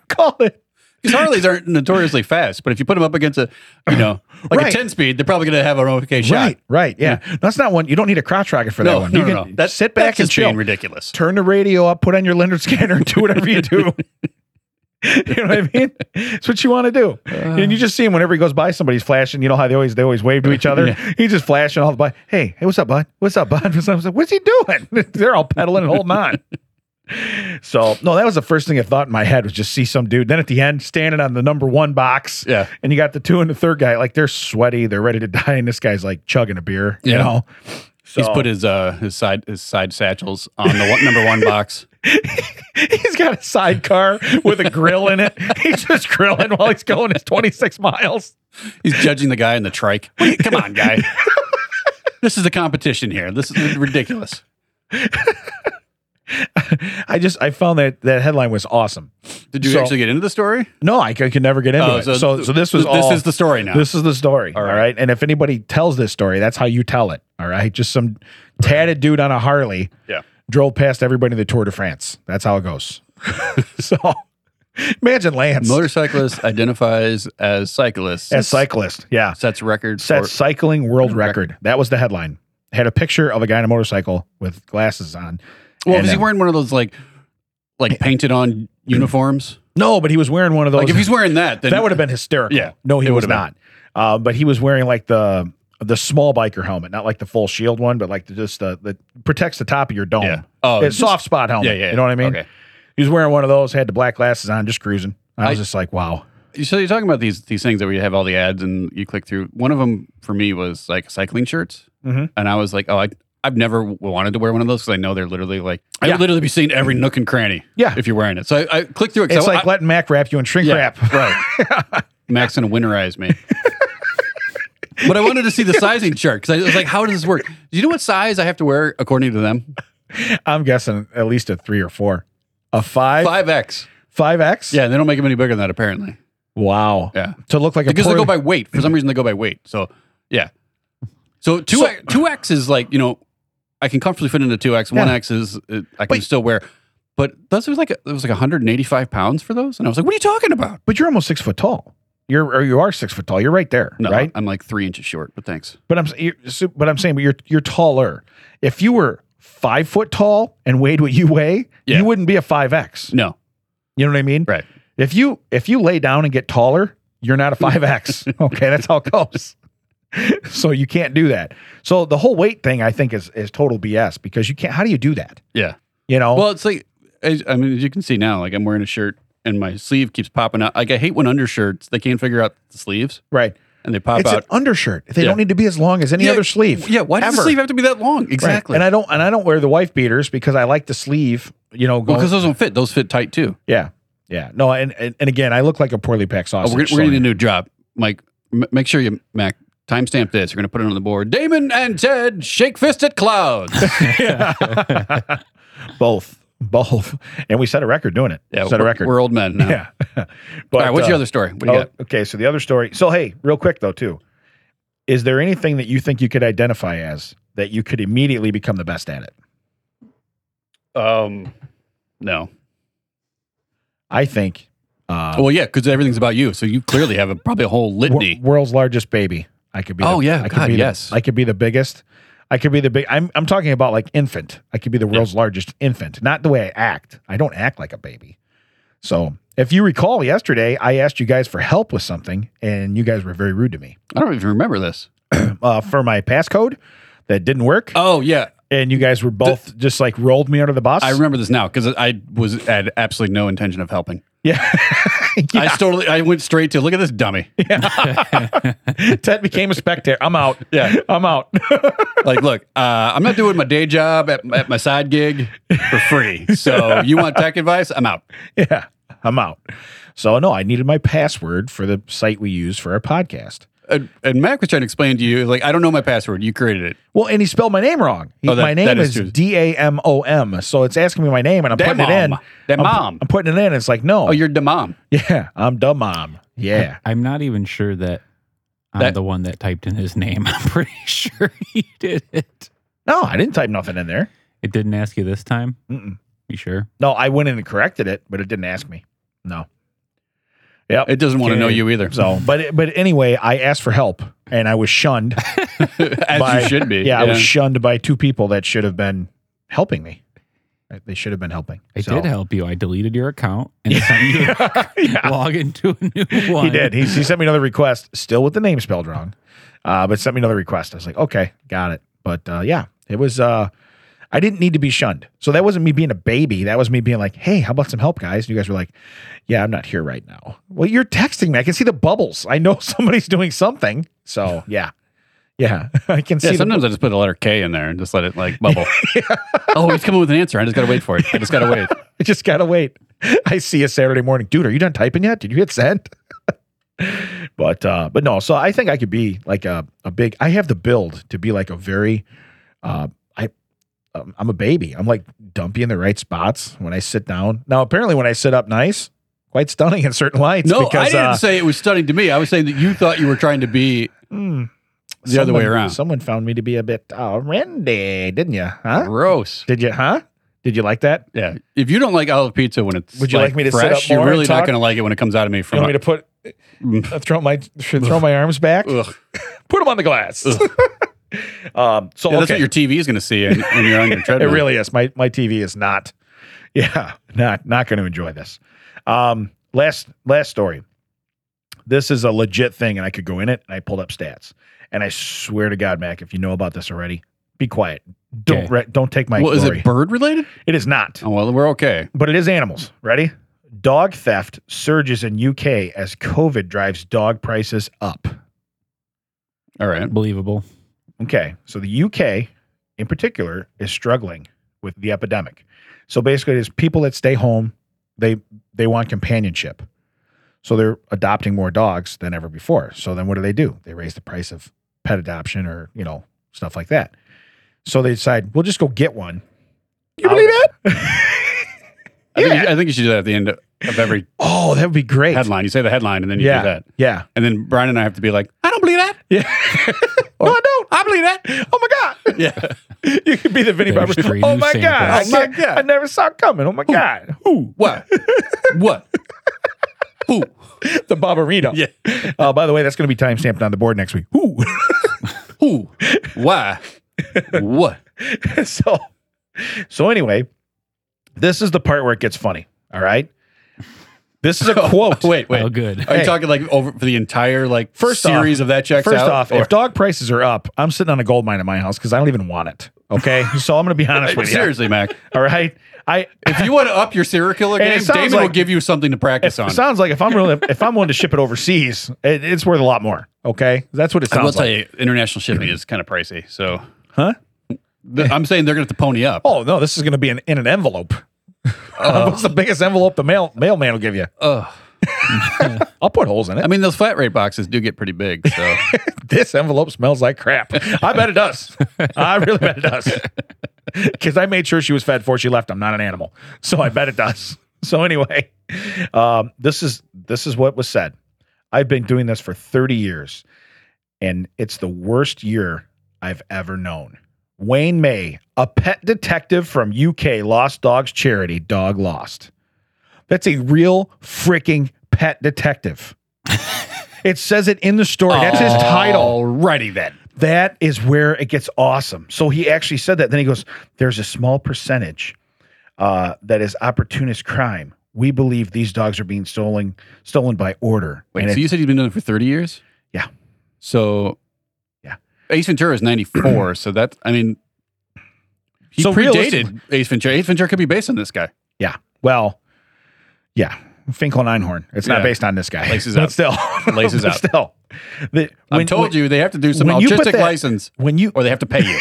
Speaker 3: Called it.
Speaker 1: Because Harleys aren't notoriously fast, but if you put them up against a, you know, like
Speaker 3: Right.
Speaker 1: a ten speed, they're probably gonna have an okay shot.
Speaker 3: Right, right. Yeah. That's not one. You don't need a crotch rocket for that
Speaker 1: No,
Speaker 3: one.
Speaker 1: no,
Speaker 3: you
Speaker 1: no, no. That's-
Speaker 3: sit back
Speaker 1: that's
Speaker 3: and
Speaker 1: just being
Speaker 3: chill.
Speaker 1: ridiculous.
Speaker 3: Turn the radio up, put on your Leonard scanner, and do whatever you do. you know what I mean? It's what you want to do.
Speaker 1: Uh.
Speaker 3: and you just see him whenever he goes by, somebody's flashing. You know how they always they always wave to each other. He's just flashing all the by. Hey, hey, what's up, bud? What's up, bud? What's up? What's he doing? They're all pedaling and holding on. So no, that was the first thing I thought in my head was just see some dude. Then at the end, standing on the number one box,
Speaker 1: Yeah.
Speaker 3: and you got the two and the third guy, like they're sweaty, they're ready to die, and this guy's like chugging a beer, you
Speaker 1: Yeah.
Speaker 3: know.
Speaker 1: He's
Speaker 3: So-
Speaker 1: put his uh his side his side satchels on the one, number one box.
Speaker 3: He's got a sidecar with a grill in it. He's just grilling while he's going his 26 miles.
Speaker 1: He's judging the guy in the trike. Wait, come on, guy. this is a competition here. This is ridiculous.
Speaker 3: I just I found that that headline was awesome.
Speaker 1: Did you
Speaker 3: So-
Speaker 1: actually get into the story?
Speaker 3: No, I, c- I could never get into
Speaker 1: Oh,
Speaker 3: it. So, so this was
Speaker 1: this
Speaker 3: all-
Speaker 1: is the story now.
Speaker 3: this is the story. All right.
Speaker 1: right.
Speaker 3: And if anybody tells this story, that's how you tell it. All right. Just some tatted dude on a Harley
Speaker 1: yeah.
Speaker 3: drove past everybody in the Tour de France. That's how it goes. so imagine Lance
Speaker 1: Motorcyclist identifies as cyclist.
Speaker 3: as cyclist. Yeah.
Speaker 1: sets record.
Speaker 3: set
Speaker 1: for-
Speaker 3: cycling world record. That was the headline. Had a picture of a guy on a motorcycle with glasses on.
Speaker 1: well,
Speaker 3: And,
Speaker 1: is he
Speaker 3: uh,
Speaker 1: wearing one of those like like painted on uniforms?
Speaker 3: No, but he was wearing one of those.
Speaker 1: Like if he's wearing that, then
Speaker 3: that would have been hysterical.
Speaker 1: Yeah,
Speaker 3: no, he
Speaker 1: it
Speaker 3: was
Speaker 1: would've been.
Speaker 3: not. Uh, but he was wearing like the the small biker helmet, not like the full shield one, but like the, just the that protects the top of your dome.
Speaker 1: Yeah. Oh,
Speaker 3: it's
Speaker 1: just-
Speaker 3: soft spot helmet.
Speaker 1: Yeah, yeah.
Speaker 3: You know what I mean?
Speaker 1: Okay.
Speaker 3: He was wearing one of those. Had the black glasses on, just cruising. I was
Speaker 1: I-
Speaker 3: just like, wow.
Speaker 1: So you're talking about these these things that we have all the ads and you click through. One of them for me was like cycling shirts,
Speaker 3: Mhm.
Speaker 1: and I was like, oh, I I've never wanted to wear one of those because I know they're literally like I
Speaker 3: Yeah.
Speaker 1: would literally be seeing every nook and cranny.
Speaker 3: Yeah.
Speaker 1: if you're wearing it, so I, I clicked through it. 'cause
Speaker 3: It's
Speaker 1: I-
Speaker 3: like
Speaker 1: I-
Speaker 3: letting Mac wrap you in shrink
Speaker 1: yeah,
Speaker 3: wrap.
Speaker 1: right? Max gonna winterize me. But I wanted to see the sizing chart because I was like, "How does this work? Do you know what size I have to wear according to them?
Speaker 3: I'm guessing at least a three or four, a five,
Speaker 1: Five X.
Speaker 3: five X.
Speaker 1: Yeah, they don't make them any bigger than that apparently.
Speaker 3: Wow.
Speaker 1: Yeah,
Speaker 3: To look like
Speaker 1: because
Speaker 3: a
Speaker 1: they go
Speaker 3: poor-
Speaker 1: by weight. For some reason, they go by weight. So yeah. So two
Speaker 3: So-
Speaker 1: X- two X is like you know, I can comfortably fit into two X. One
Speaker 3: Yeah.
Speaker 1: X is uh, I can
Speaker 3: But-
Speaker 1: still wear. But those was like it was like 185 pounds for those, and I was like, "What are you talking about?"
Speaker 3: but you're almost six foot tall. You're or you are six foot tall. You're right there,
Speaker 1: No,
Speaker 3: right?
Speaker 1: I'm like three inches short. But thanks.
Speaker 3: But I'm s- you're, so- but I'm saying, but you're you're taller. If you were five foot tall and weighed what you weigh,
Speaker 1: Yeah.
Speaker 3: you wouldn't be a five X.
Speaker 1: No,
Speaker 3: You know what I mean?
Speaker 1: right?
Speaker 3: If you if you lay down and get taller, you're not a five X. okay, that's how it goes. so you can't do that. So the whole weight thing, I think, is is total BS because you can't. How do you do that?
Speaker 1: Yeah.
Speaker 3: You know,
Speaker 1: Well, it's like as, I mean, as you can see now, like I'm wearing a shirt and my sleeve keeps popping out. Like I hate when undershirts they can't figure out the sleeves
Speaker 3: right?
Speaker 1: and they pop
Speaker 3: It's
Speaker 1: out.
Speaker 3: an undershirt. They
Speaker 1: Yeah.
Speaker 3: don't need to be as long as any
Speaker 1: Yeah,
Speaker 3: other sleeve.
Speaker 1: Yeah, why does the
Speaker 3: Ever.
Speaker 1: sleeve have to be that long?
Speaker 3: Right.
Speaker 1: Exactly.
Speaker 3: And I don't and I don't wear the wife beaters because I like the sleeve, you know,
Speaker 1: well,
Speaker 3: going,
Speaker 1: because those don't fit. Those fit tight too.
Speaker 3: yeah. Yeah. No, and, and and again, I look like a poorly packed
Speaker 1: Oh,
Speaker 3: sausage.
Speaker 1: we're,
Speaker 3: so-
Speaker 1: we're getting a new job. Mike, m- make sure you, Mac, timestamp this. We're going to put it on the board. Damon and Ted shake fist at clouds.
Speaker 3: both. both, and we set a record doing it.
Speaker 1: Yeah,
Speaker 3: set a
Speaker 1: we're-
Speaker 3: record.
Speaker 1: We're old men now.
Speaker 3: yeah. but,
Speaker 1: All right, what's
Speaker 3: uh,
Speaker 1: your other story? What do you
Speaker 3: Oh,
Speaker 1: got?
Speaker 3: okay, so the other story. So hey, real quick though, too, is there anything that you think you could identify as that you could immediately become the best at it?
Speaker 1: Um, no.
Speaker 3: I think uh,
Speaker 1: Well, yeah, because everything's about you. So you clearly have a, probably a whole
Speaker 3: wor-
Speaker 1: litany.
Speaker 3: world's largest baby. I could be.
Speaker 1: Oh,
Speaker 3: the,
Speaker 1: yeah,
Speaker 3: I could
Speaker 1: God,
Speaker 3: be the-
Speaker 1: yes.
Speaker 3: I could be the biggest. I could be the big. I'm I'm talking about like infant. I could be the world's largest infant. Not the way I act. I don't act like a baby. So if you recall yesterday, I asked you guys for help with something, and you guys were very rude to me
Speaker 1: I don't even remember this.
Speaker 3: uh, for my passcode that didn't work.
Speaker 1: Oh yeah,
Speaker 3: and you guys were both just like rolled me under the bus.
Speaker 1: I remember this now because I was had absolutely no intention of helping.
Speaker 3: yeah.
Speaker 1: I
Speaker 3: yeah.
Speaker 1: just totally I went straight to look at this dummy.
Speaker 3: Ted became a spectator. I'm out.
Speaker 1: Yeah.
Speaker 3: I'm out.
Speaker 1: like, look, uh, I'm not doing my day job at, at my side gig for free. So you want tech advice? I'm out.
Speaker 3: yeah. I'm out. So no, I needed my password for the site we use for our podcast.
Speaker 1: And, and Mac was trying to explain to you, like, I don't know my password. You created it.
Speaker 3: Well, and he spelled my name wrong. He-
Speaker 1: Oh, that-
Speaker 3: my
Speaker 1: that
Speaker 3: name
Speaker 1: is
Speaker 3: is
Speaker 1: true.
Speaker 3: D A M O M. So it's asking me my name, and I'm
Speaker 1: Da
Speaker 3: putting it in.
Speaker 1: mom. Da
Speaker 3: I'm pu-
Speaker 1: mom.
Speaker 3: I'm putting it in. It's like no.
Speaker 1: Oh, you're the mom.
Speaker 3: yeah, I'm dumb mom. Yeah.
Speaker 2: I'm not even sure that I'm
Speaker 1: That-
Speaker 2: the one that typed in his name. I'm pretty sure he did it.
Speaker 3: No, I didn't type nothing in there.
Speaker 2: It didn't ask you this time.
Speaker 3: Mm-mm.
Speaker 2: You sure?
Speaker 3: No, I went in and corrected it, but it didn't ask me. No. Yep.
Speaker 1: It doesn't want to know you either.
Speaker 3: So, but but anyway, I asked for help and I was shunned.
Speaker 1: As
Speaker 3: by-
Speaker 1: you should be.
Speaker 3: Yeah, I was shunned by two people that should have been helping me. Uh, They should have been helping.
Speaker 2: I
Speaker 3: So-
Speaker 2: did help you. I deleted your account and sent you to log into a new one.
Speaker 3: He did. He, he sent me another request, still with the name spelled wrong, uh, but sent me another request. I was like, okay, got it. But uh, yeah, it was. Uh, I didn't need to be shunned. So that wasn't me being a baby. That was me being like, hey, how about some help, guys? And you guys were like, yeah, I'm not here right now. Well, you're texting me. I can see the bubbles. I know somebody's doing something. So yeah, yeah, I can
Speaker 1: Yeah,
Speaker 3: see. the-
Speaker 1: sometimes I just put the letter K in there and just let it like bubble. Oh, he's coming with an answer. I just gotta wait for it. I just gotta wait.
Speaker 3: I just gotta wait. I see a Saturday morning, dude. Are you done typing yet? Did you hit send? but uh, but no. So I think I could be like a a big. I have the build to be like a very. Uh, I um, I'm a baby. I'm like dumpy in the right spots when I sit down. Now apparently when I sit up nice, quite stunning in certain lights.
Speaker 1: no,
Speaker 3: because,
Speaker 1: I didn't
Speaker 3: uh,
Speaker 1: say it was stunning to me. I was saying that you thought you were trying to be
Speaker 3: mm,
Speaker 1: the other way
Speaker 3: someone-
Speaker 1: around.
Speaker 3: Someone found me to be a bit uh, randy, didn't you? Huh?
Speaker 1: gross.
Speaker 3: Did you? Huh? Did you like that?
Speaker 1: Yeah. If you don't like olive pizza when it's
Speaker 3: Would you like me to sit
Speaker 1: fresh,
Speaker 3: up more
Speaker 1: you're
Speaker 3: and
Speaker 1: really
Speaker 3: talk?
Speaker 1: not gonna like it when it comes out of me
Speaker 3: You
Speaker 1: from
Speaker 3: want me to put
Speaker 1: Mm.
Speaker 3: uh, throw my throw my arms back?
Speaker 1: Ugh.
Speaker 3: put them on the glass. um, so
Speaker 1: Yeah, that's
Speaker 3: okay,
Speaker 1: what your TV is going to see in- when you're on your treadmill.
Speaker 3: it really is. My my TV is not, yeah, not not going to enjoy this. Um, last last story. This is a legit thing, and I could go in it. And I pulled up stats, and I swear to God, Mac, if you know about this already, be quiet. Don't
Speaker 2: Okay.
Speaker 3: re- don't take my
Speaker 1: Well, is
Speaker 3: glory.
Speaker 1: it bird related?
Speaker 3: it is not
Speaker 1: Oh, well, we're okay.
Speaker 3: but it is animals. Ready? Dog theft surges in UK as COVID drives dog prices up.
Speaker 1: All right.
Speaker 2: Believable.
Speaker 3: Okay, so the UK in particular is struggling with the epidemic. So basically, it's people that stay home. They they want companionship, so they're adopting more dogs than ever before. So then, what do they do? They raise the price of pet adoption or you know stuff like that. So they decide we'll just go get one. You
Speaker 1: believe
Speaker 3: that?
Speaker 1: I, think
Speaker 3: Yeah.
Speaker 1: you, I think you should do that at the end of every
Speaker 3: oh, that would be great.
Speaker 1: headline. You say the headline and then you
Speaker 3: Yeah.
Speaker 1: do that.
Speaker 3: Yeah.
Speaker 1: And then Brian and I have to be like, I don't believe that.
Speaker 3: Yeah. no, I don't.
Speaker 1: I believe that.
Speaker 3: Oh my god.
Speaker 1: Yeah.
Speaker 3: You could be the Vinnie
Speaker 2: There's
Speaker 3: Barber.
Speaker 2: three
Speaker 3: Oh
Speaker 2: new
Speaker 3: my god.
Speaker 2: samples.
Speaker 3: Oh my god. I never saw it coming. Oh my god. Who?
Speaker 1: What? what? Who?
Speaker 3: The Barbarino.
Speaker 1: Yeah.
Speaker 3: Uh, by the way, that's going to be timestamped on the board next week. Who?
Speaker 1: Who? Why? What?
Speaker 3: so, so anyway, this is the part where it gets funny. All right. This is a quote.
Speaker 1: Wait, wait.
Speaker 2: Oh, good.
Speaker 1: Are you
Speaker 3: Hey.
Speaker 1: talking like over for the entire like
Speaker 3: First off-
Speaker 1: series of that checks
Speaker 3: First
Speaker 1: out?
Speaker 3: off,
Speaker 1: Or-
Speaker 3: if dog prices are up, I'm sitting on a gold mine at my house because I don't even want it. Okay. so I'm going to be honest with you.
Speaker 1: seriously, Mac.
Speaker 3: All right. I
Speaker 1: If you want to up your serial killer
Speaker 3: And it
Speaker 1: game,
Speaker 3: sounds
Speaker 1: David will
Speaker 3: like-
Speaker 1: give you something to practice on.
Speaker 3: It sounds like if I'm really, if I'm willing to ship it overseas, it, it's worth a lot more. Okay, that's what it
Speaker 1: I will
Speaker 3: sounds
Speaker 1: tell
Speaker 3: like.
Speaker 1: you, international shipping is kind of pricey. So,
Speaker 3: Huh?
Speaker 1: Th- I'm saying they're going to have to pony up.
Speaker 3: Oh no, this is going to be an, in an envelope.
Speaker 1: Oh.
Speaker 3: What's the biggest envelope the mail mailman will give you?
Speaker 1: Ugh.
Speaker 3: I'll put holes in it.
Speaker 1: I mean, those flat rate boxes do get pretty big. So,
Speaker 3: this envelope smells like crap. I bet it does. I really bet it does. because I made sure she was fed before she left. I'm not an animal, so I bet it does. So anyway, um, this is this is what was said. I've been doing this for 30 years, and it's the worst year I've ever known. Wayne May, a pet detective from UK Lost Dogs charity, Dog Lost. That's a real freaking pet detective. it says it in the story. That's his title.
Speaker 1: Alrighty then.
Speaker 3: That is where it gets awesome. So he actually said that. Then he goes, There's a small percentage uh, that is opportunist crime. We believe these dogs are being stolen stolen by order.
Speaker 1: Wait,
Speaker 3: And
Speaker 1: so
Speaker 3: it-
Speaker 1: you said he's been doing it for 30 years?
Speaker 3: Yeah.
Speaker 1: So,
Speaker 3: Yeah.
Speaker 1: Ace Ventura is 94. so that, I mean, he
Speaker 3: So
Speaker 1: predated
Speaker 3: realistically-
Speaker 1: Ace Ventura. Ace Ventura could be based on this guy.
Speaker 3: yeah. Well, yeah. Finkel Einhorn. It's not
Speaker 1: Yeah.
Speaker 3: based on this guy.
Speaker 1: Laces
Speaker 3: but
Speaker 1: up.
Speaker 3: still.
Speaker 1: Laces
Speaker 3: but
Speaker 1: up.
Speaker 3: Still. The-
Speaker 1: I
Speaker 3: when-
Speaker 1: told
Speaker 3: when-
Speaker 1: you they have to do some
Speaker 3: when you put
Speaker 1: autistic
Speaker 3: that-
Speaker 1: license
Speaker 3: When you
Speaker 1: or they have to pay you.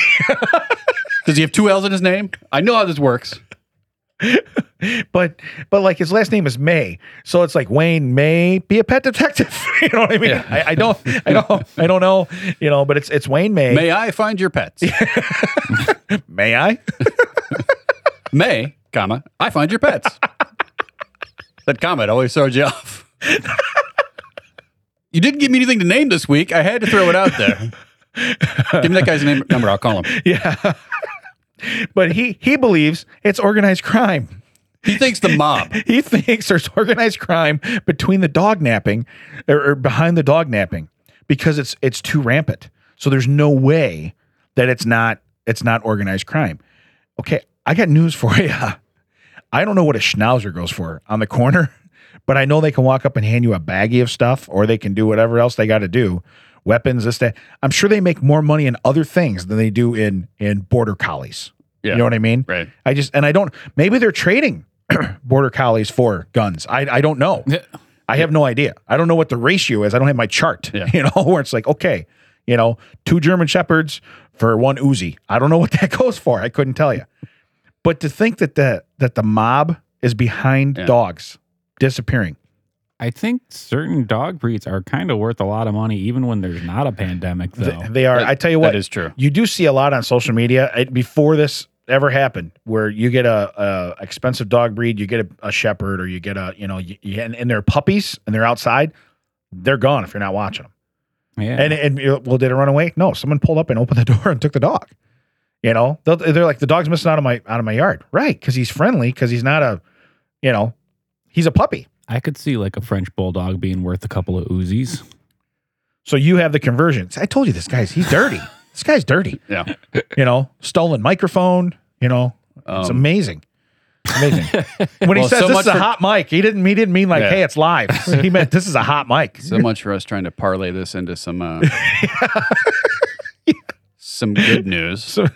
Speaker 1: Does he have two L's in his name? I know how this works.
Speaker 3: but but like his last name is May, so it's like Wayne May be a pet detective. you know what I mean?
Speaker 1: Yeah.
Speaker 3: I, I don't I don't I don't know. You know, but it's it's Wayne May.
Speaker 1: May I find your pets?
Speaker 3: May I?
Speaker 1: May, comma, I find your pets. that comment always throws you off. you didn't give me anything to name this week. I had to throw it out there. give me that guy's name number. I'll call him.
Speaker 3: Yeah. but he he believes it's organized crime.
Speaker 1: He thinks the mob.
Speaker 3: He thinks there's organized crime between the dog napping or, or behind the dog napping because it's it's too rampant. So there's no way that it's not it's not organized crime. Okay, I got news for you. I don't know what a schnauzer goes for on the corner, but I know they can walk up and hand you a baggie of stuff or they can do whatever else they got to do. Weapons, this, that. I'm sure they make more money in other things than they do in in border collies.
Speaker 1: Yeah.
Speaker 3: You know what I mean?
Speaker 1: Right.
Speaker 3: I just and I don't. Maybe they're trading border collies for guns. I I don't know. I have no idea. I don't know what the ratio is. I don't have my chart.
Speaker 1: Yeah.
Speaker 3: You know where it's like okay, you know, two German shepherds for one Uzi. I don't know what that goes for. I couldn't tell you. But to think that the that the mob is behind
Speaker 1: Yeah.
Speaker 3: dogs disappearing.
Speaker 2: I think certain dog breeds are kind of worth a lot of money, even when there's not a pandemic, though.
Speaker 3: Th- They are.
Speaker 1: That-
Speaker 3: I tell you what,
Speaker 1: That is true.
Speaker 3: you do see a lot on social media I- before this ever happened where you get a, a expensive dog breed you get a, a shepherd or you get a you know you, you- and, and they're puppies and they're outside they're gone if you're not watching them
Speaker 2: yeah.
Speaker 3: and and you know, well did it run away no someone pulled up and opened the door and took the dog you know They'll, they're like the dog's missing out of my out of my yard right because he's friendly because he's not a you know he's a puppy
Speaker 2: I could see like a French bulldog being worth a couple of Uzis.
Speaker 3: so you have the conversions i told you this guy's he's dirty this guy's dirty
Speaker 1: Yeah.
Speaker 3: you know stolen microphone you know It's
Speaker 1: Um,
Speaker 3: amazing. Amazing. when he
Speaker 1: Well,
Speaker 3: says
Speaker 1: so
Speaker 3: this
Speaker 1: much
Speaker 3: is a
Speaker 1: for-
Speaker 3: hot mic, he didn't he didn't mean like,
Speaker 1: Yeah.
Speaker 3: hey, it's live. he meant this is a hot mic.
Speaker 1: so much for us trying to parlay this into some uh, some good news.
Speaker 3: So-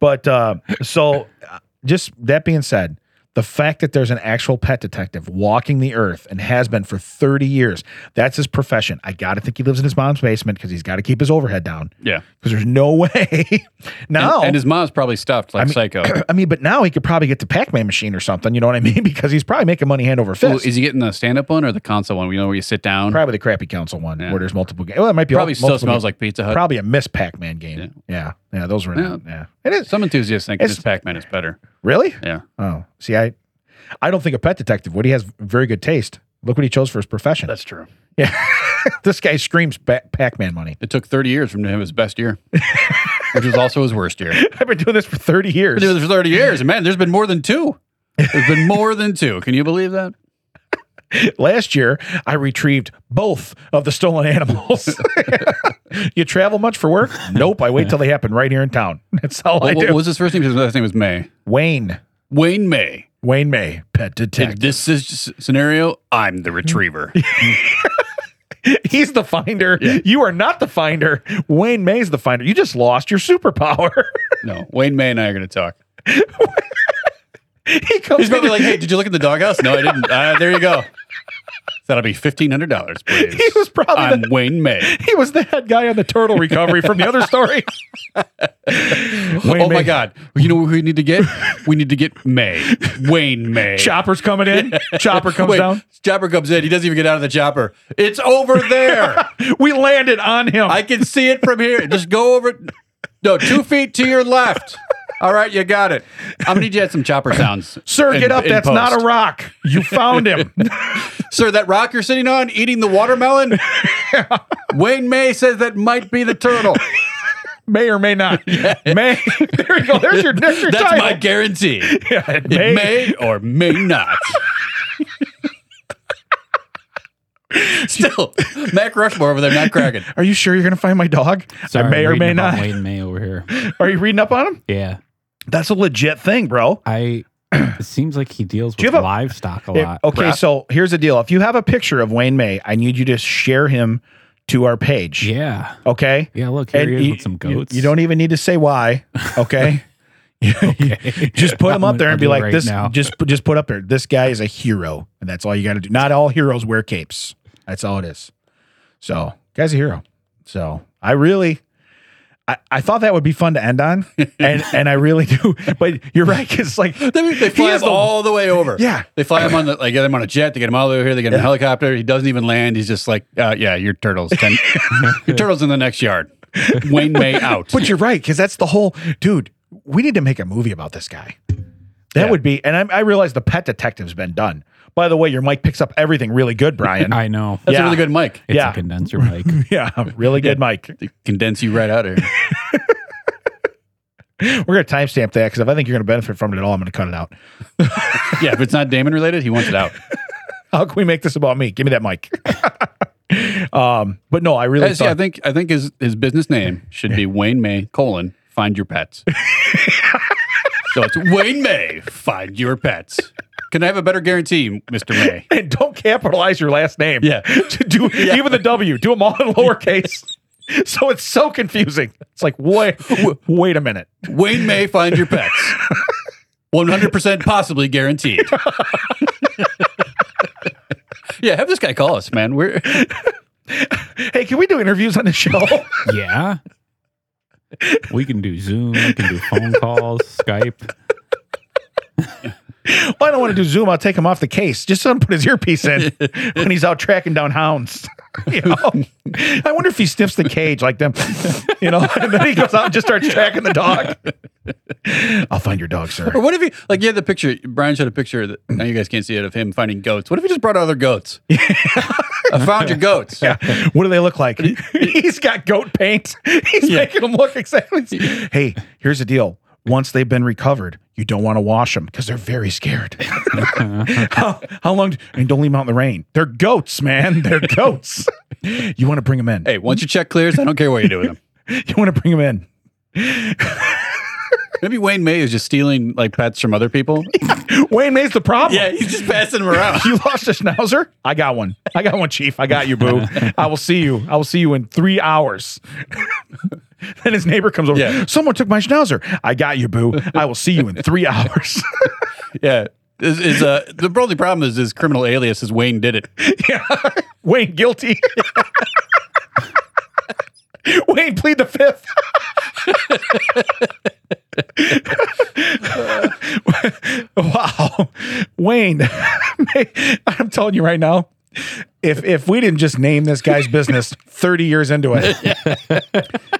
Speaker 3: but uh, so uh, just that being said, the fact that there's an actual pet detective walking the earth and has been for 30 years, that's his profession. I gotta think he lives in his mom's basement because he's gotta keep his overhead down.
Speaker 1: Yeah.
Speaker 3: Because there's no way. now
Speaker 1: And, and his mom's probably stuffed like
Speaker 3: mean-
Speaker 1: psycho.
Speaker 3: oh. I mean, but now he could probably get the Pac-Man machine or something, you know what I mean? Because he's probably making money hand over
Speaker 1: Ooh,
Speaker 3: fist.
Speaker 1: is he getting the stand up one or the console one? We know where you sit down.
Speaker 3: probably the crappy council one
Speaker 1: Yeah.
Speaker 3: where there's multiple games. Well, it might be
Speaker 1: Probably still
Speaker 3: multiple
Speaker 1: smells
Speaker 3: games.
Speaker 1: like Pizza Hut.
Speaker 3: probably a Miss Pac-Man game. Yeah, yeah, those were not. Yeah, it is
Speaker 1: Some enthusiasts think
Speaker 3: It's-
Speaker 1: this Pac Man is better.
Speaker 3: really.
Speaker 1: Yeah.
Speaker 3: Oh, see, I, I don't think a pet detective would. He has very good taste. Look what he chose for his profession.
Speaker 1: true.
Speaker 3: yeah, this guy screams ba- Pac-Man money.
Speaker 1: It took 30 years for him to have his best year, which was also his worst year. I've
Speaker 3: I've been doing this for thirty years.
Speaker 1: been doing this for 30 years. and Man, there's been more than two. There's been more than two. Can you believe that?
Speaker 3: Last year, I retrieved both of the stolen animals. you travel much for work? Nope. I wait till they happen right here in town. That's all I
Speaker 1: What, what
Speaker 3: do.
Speaker 1: was his first name? His last name was May.
Speaker 3: Wayne,
Speaker 1: Wayne May.
Speaker 3: Wayne May, pet
Speaker 1: In
Speaker 3: detective.
Speaker 1: this is- scenario, I'm the retriever.
Speaker 3: He's the finder. You are not the finder. Wayne May's the finder. You just lost your superpower.
Speaker 1: No, Wayne May and I are going to talk.
Speaker 3: he comes
Speaker 1: He's probably
Speaker 3: in-
Speaker 1: like, hey, did you look at the doghouse? No, I didn't. Uh, there you go. That'll be $1,500, please.
Speaker 3: He was probably
Speaker 1: I'm
Speaker 3: the-
Speaker 1: Wayne May.
Speaker 3: he was the head guy on the turtle recovery from the other story. Wayne
Speaker 1: oh my
Speaker 3: May-
Speaker 1: God. You know who we need to get? We need to get May. Wayne May.
Speaker 3: Chopper's coming in. Chopper comes
Speaker 1: Wait,
Speaker 3: down.
Speaker 1: Chopper comes in. He doesn't even get out of the chopper. It's over there.
Speaker 3: We landed on him.
Speaker 1: I can see it from here. Just go over. No, two feet to your left. All right, you got it. I'm gonna need you to add some chopper sounds.
Speaker 3: Sir,
Speaker 1: in-
Speaker 3: get up.
Speaker 1: in
Speaker 3: That's not
Speaker 1: post.
Speaker 3: a rock. You found him.
Speaker 1: Sir, that rock you're sitting on, eating the watermelon. Wayne May says that might be the turtle.
Speaker 3: may or may not. May. There you go. There's your, there's your
Speaker 1: That's
Speaker 3: title.
Speaker 1: my guarantee.
Speaker 3: Yeah, it
Speaker 1: It
Speaker 3: may.
Speaker 1: may or may not. Still, Mac Rushmore over there not cracking.
Speaker 3: Are you sure you're going to find my dog?
Speaker 2: Sorry,
Speaker 3: I may
Speaker 2: I'm
Speaker 3: or
Speaker 2: reading
Speaker 3: may
Speaker 2: about
Speaker 3: not.
Speaker 2: Wayne May over here.
Speaker 3: Are you reading up on him?
Speaker 2: Yeah,
Speaker 3: That's a legit thing, bro.
Speaker 2: I. It seems like he deals
Speaker 3: you
Speaker 2: with
Speaker 3: have a- oh,
Speaker 2: livestock a
Speaker 3: It-
Speaker 2: lot.
Speaker 3: okay, so here's the deal. If you have a picture of Wayne May, I need you to share him to our page.
Speaker 2: Yeah,
Speaker 3: Okay.
Speaker 2: yeah. Look, here he is
Speaker 3: you,
Speaker 2: with some
Speaker 3: you-
Speaker 2: goats.
Speaker 3: You, don't even need to say why. Okay. just put him
Speaker 2: I'm
Speaker 3: up there
Speaker 2: gonna
Speaker 3: and be
Speaker 2: do it
Speaker 3: like,
Speaker 2: right
Speaker 3: this
Speaker 2: now.
Speaker 3: just just put up there. This guy is a hero. And that's all you gotta do. Not all heroes wear capes. That's all it is. So guy's a hero. So I really I, I thought that would be fun to end on. And and I really do. But you're right, because like
Speaker 1: They, they fly
Speaker 3: is
Speaker 1: him
Speaker 3: the-
Speaker 1: all the way over.
Speaker 3: Yeah.
Speaker 1: They fly him on the, like, get him on a jet. They get him all the way over here. They get him in a helicopter. He doesn't even land. He's just like, uh, yeah, your turtle's 10, your turtle's in the next yard. Wayne May out.
Speaker 3: But you're right, because that's the whole dude. We need to make a movie about this guy. That
Speaker 1: Yeah.
Speaker 3: would be, and I, I realize the pet detective's been done. By the way, your mic picks up everything really good, Brian.
Speaker 2: I know.
Speaker 1: That's
Speaker 3: Yeah.
Speaker 1: a really good mic.
Speaker 2: It's
Speaker 3: Yeah.
Speaker 2: a condenser mic.
Speaker 3: yeah, really good mic.
Speaker 1: They condense you right out of here.
Speaker 3: We're gonna timestamp that because if I think you're gonna benefit from it at all, I'm gonna cut it out.
Speaker 1: yeah, if it's not Damon related, he wants it out.
Speaker 3: How can we make this about me? Give me that mic. um, but no, I really
Speaker 1: I, see, I
Speaker 3: thought,
Speaker 1: think I think his, his business name should be Wayne May colon find your pets. so it's Wayne May find your pets. Can I have a better guarantee, Mister May?
Speaker 3: and don't capitalize your last name.
Speaker 1: Yeah.
Speaker 3: to do even the W. Do them all in lowercase. so it's so confusing. It's like wait, wait a minute.
Speaker 1: Wayne May find your pets. One hundred percent possibly guaranteed. yeah, have this guy call us, man. We're
Speaker 3: Hey, can we do interviews on the show?
Speaker 2: yeah. We can do Zoom. We can do phone calls, Skype.
Speaker 3: Well, I don't want to do Zoom. I'll take him off the case. Just let him put his earpiece in when he's out tracking down hounds. you know? I wonder if he sniffs the cage like them, you know, and then he goes out and just starts tracking the dog. I'll find your dog, sir.
Speaker 1: or what if he like you had the picture? Brian showed a picture that now you guys can't see it of him finding goats. What if he just brought other goats? I found your goats.
Speaker 3: Yeah. What do they look like? he's got goat paint. He's making them look exactly. Hey, here's the deal. Once they've been recovered, you don't want to wash them because they're very scared. how, how long? do- and don't leave them out in the rain. They're goats, man. They're goats. you want to bring them in.
Speaker 1: Hey, once your check clears, I don't care what you do with them.
Speaker 3: You want to bring him in?
Speaker 1: Maybe Wayne May is just stealing like pets from other people.
Speaker 3: Wayne May's the problem.
Speaker 1: he's just passing them around.
Speaker 3: You lost a schnauzer? I got one. I got one, Chief. I got you, Boo. I will see you. I will see you in three hours. then his neighbor comes over.
Speaker 1: Yeah.
Speaker 3: Someone took my schnauzer. I got you, Boo. I will see you in three hours.
Speaker 1: Yeah. Is, is uh the only problem is his criminal alias is Wayne did it.
Speaker 3: Wayne guilty. Wayne plead the fifth. wow, Wayne, I'm telling you right now, if if we didn't just name this guy's business 30 years into it,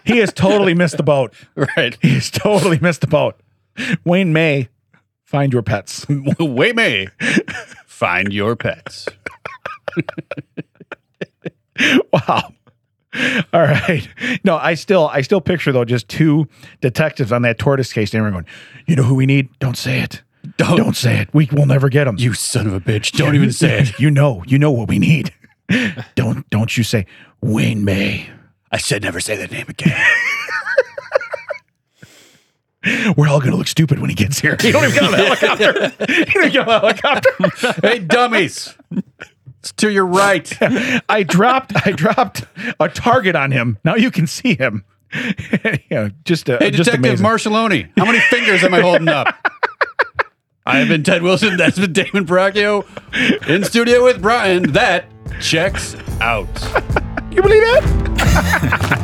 Speaker 3: he has totally missed the boat.
Speaker 1: Right.
Speaker 3: He has totally missed the boat. Wayne May, find your pets.
Speaker 1: Wayne May. Find your pets.
Speaker 3: Wow. All right. No, I still I still picture though just two detectives on that tortoise case and everyone going, you know who we need? Don't say it.
Speaker 1: Don't-
Speaker 3: Don't say it. We will never get him.
Speaker 1: Oh. You son of a bitch. Don't even say it.
Speaker 3: You know, you know what we need. don't don't you say Wayne May.
Speaker 1: I said never say that name again.
Speaker 3: We're all gonna look stupid when he gets here. You don't even get on the helicopter. You don't even get on the helicopter.
Speaker 1: hey dummies. It's to your right.
Speaker 3: I dropped I dropped a target on him. Now you can see him. yeah, just a
Speaker 1: Hey
Speaker 3: just
Speaker 1: Detective
Speaker 3: amazing.
Speaker 1: Marshalloni, how many fingers am I holding up? I have been Ted Wilson. That's been Damon Bracchio in studio with Brian. That checks out.
Speaker 3: you believe it?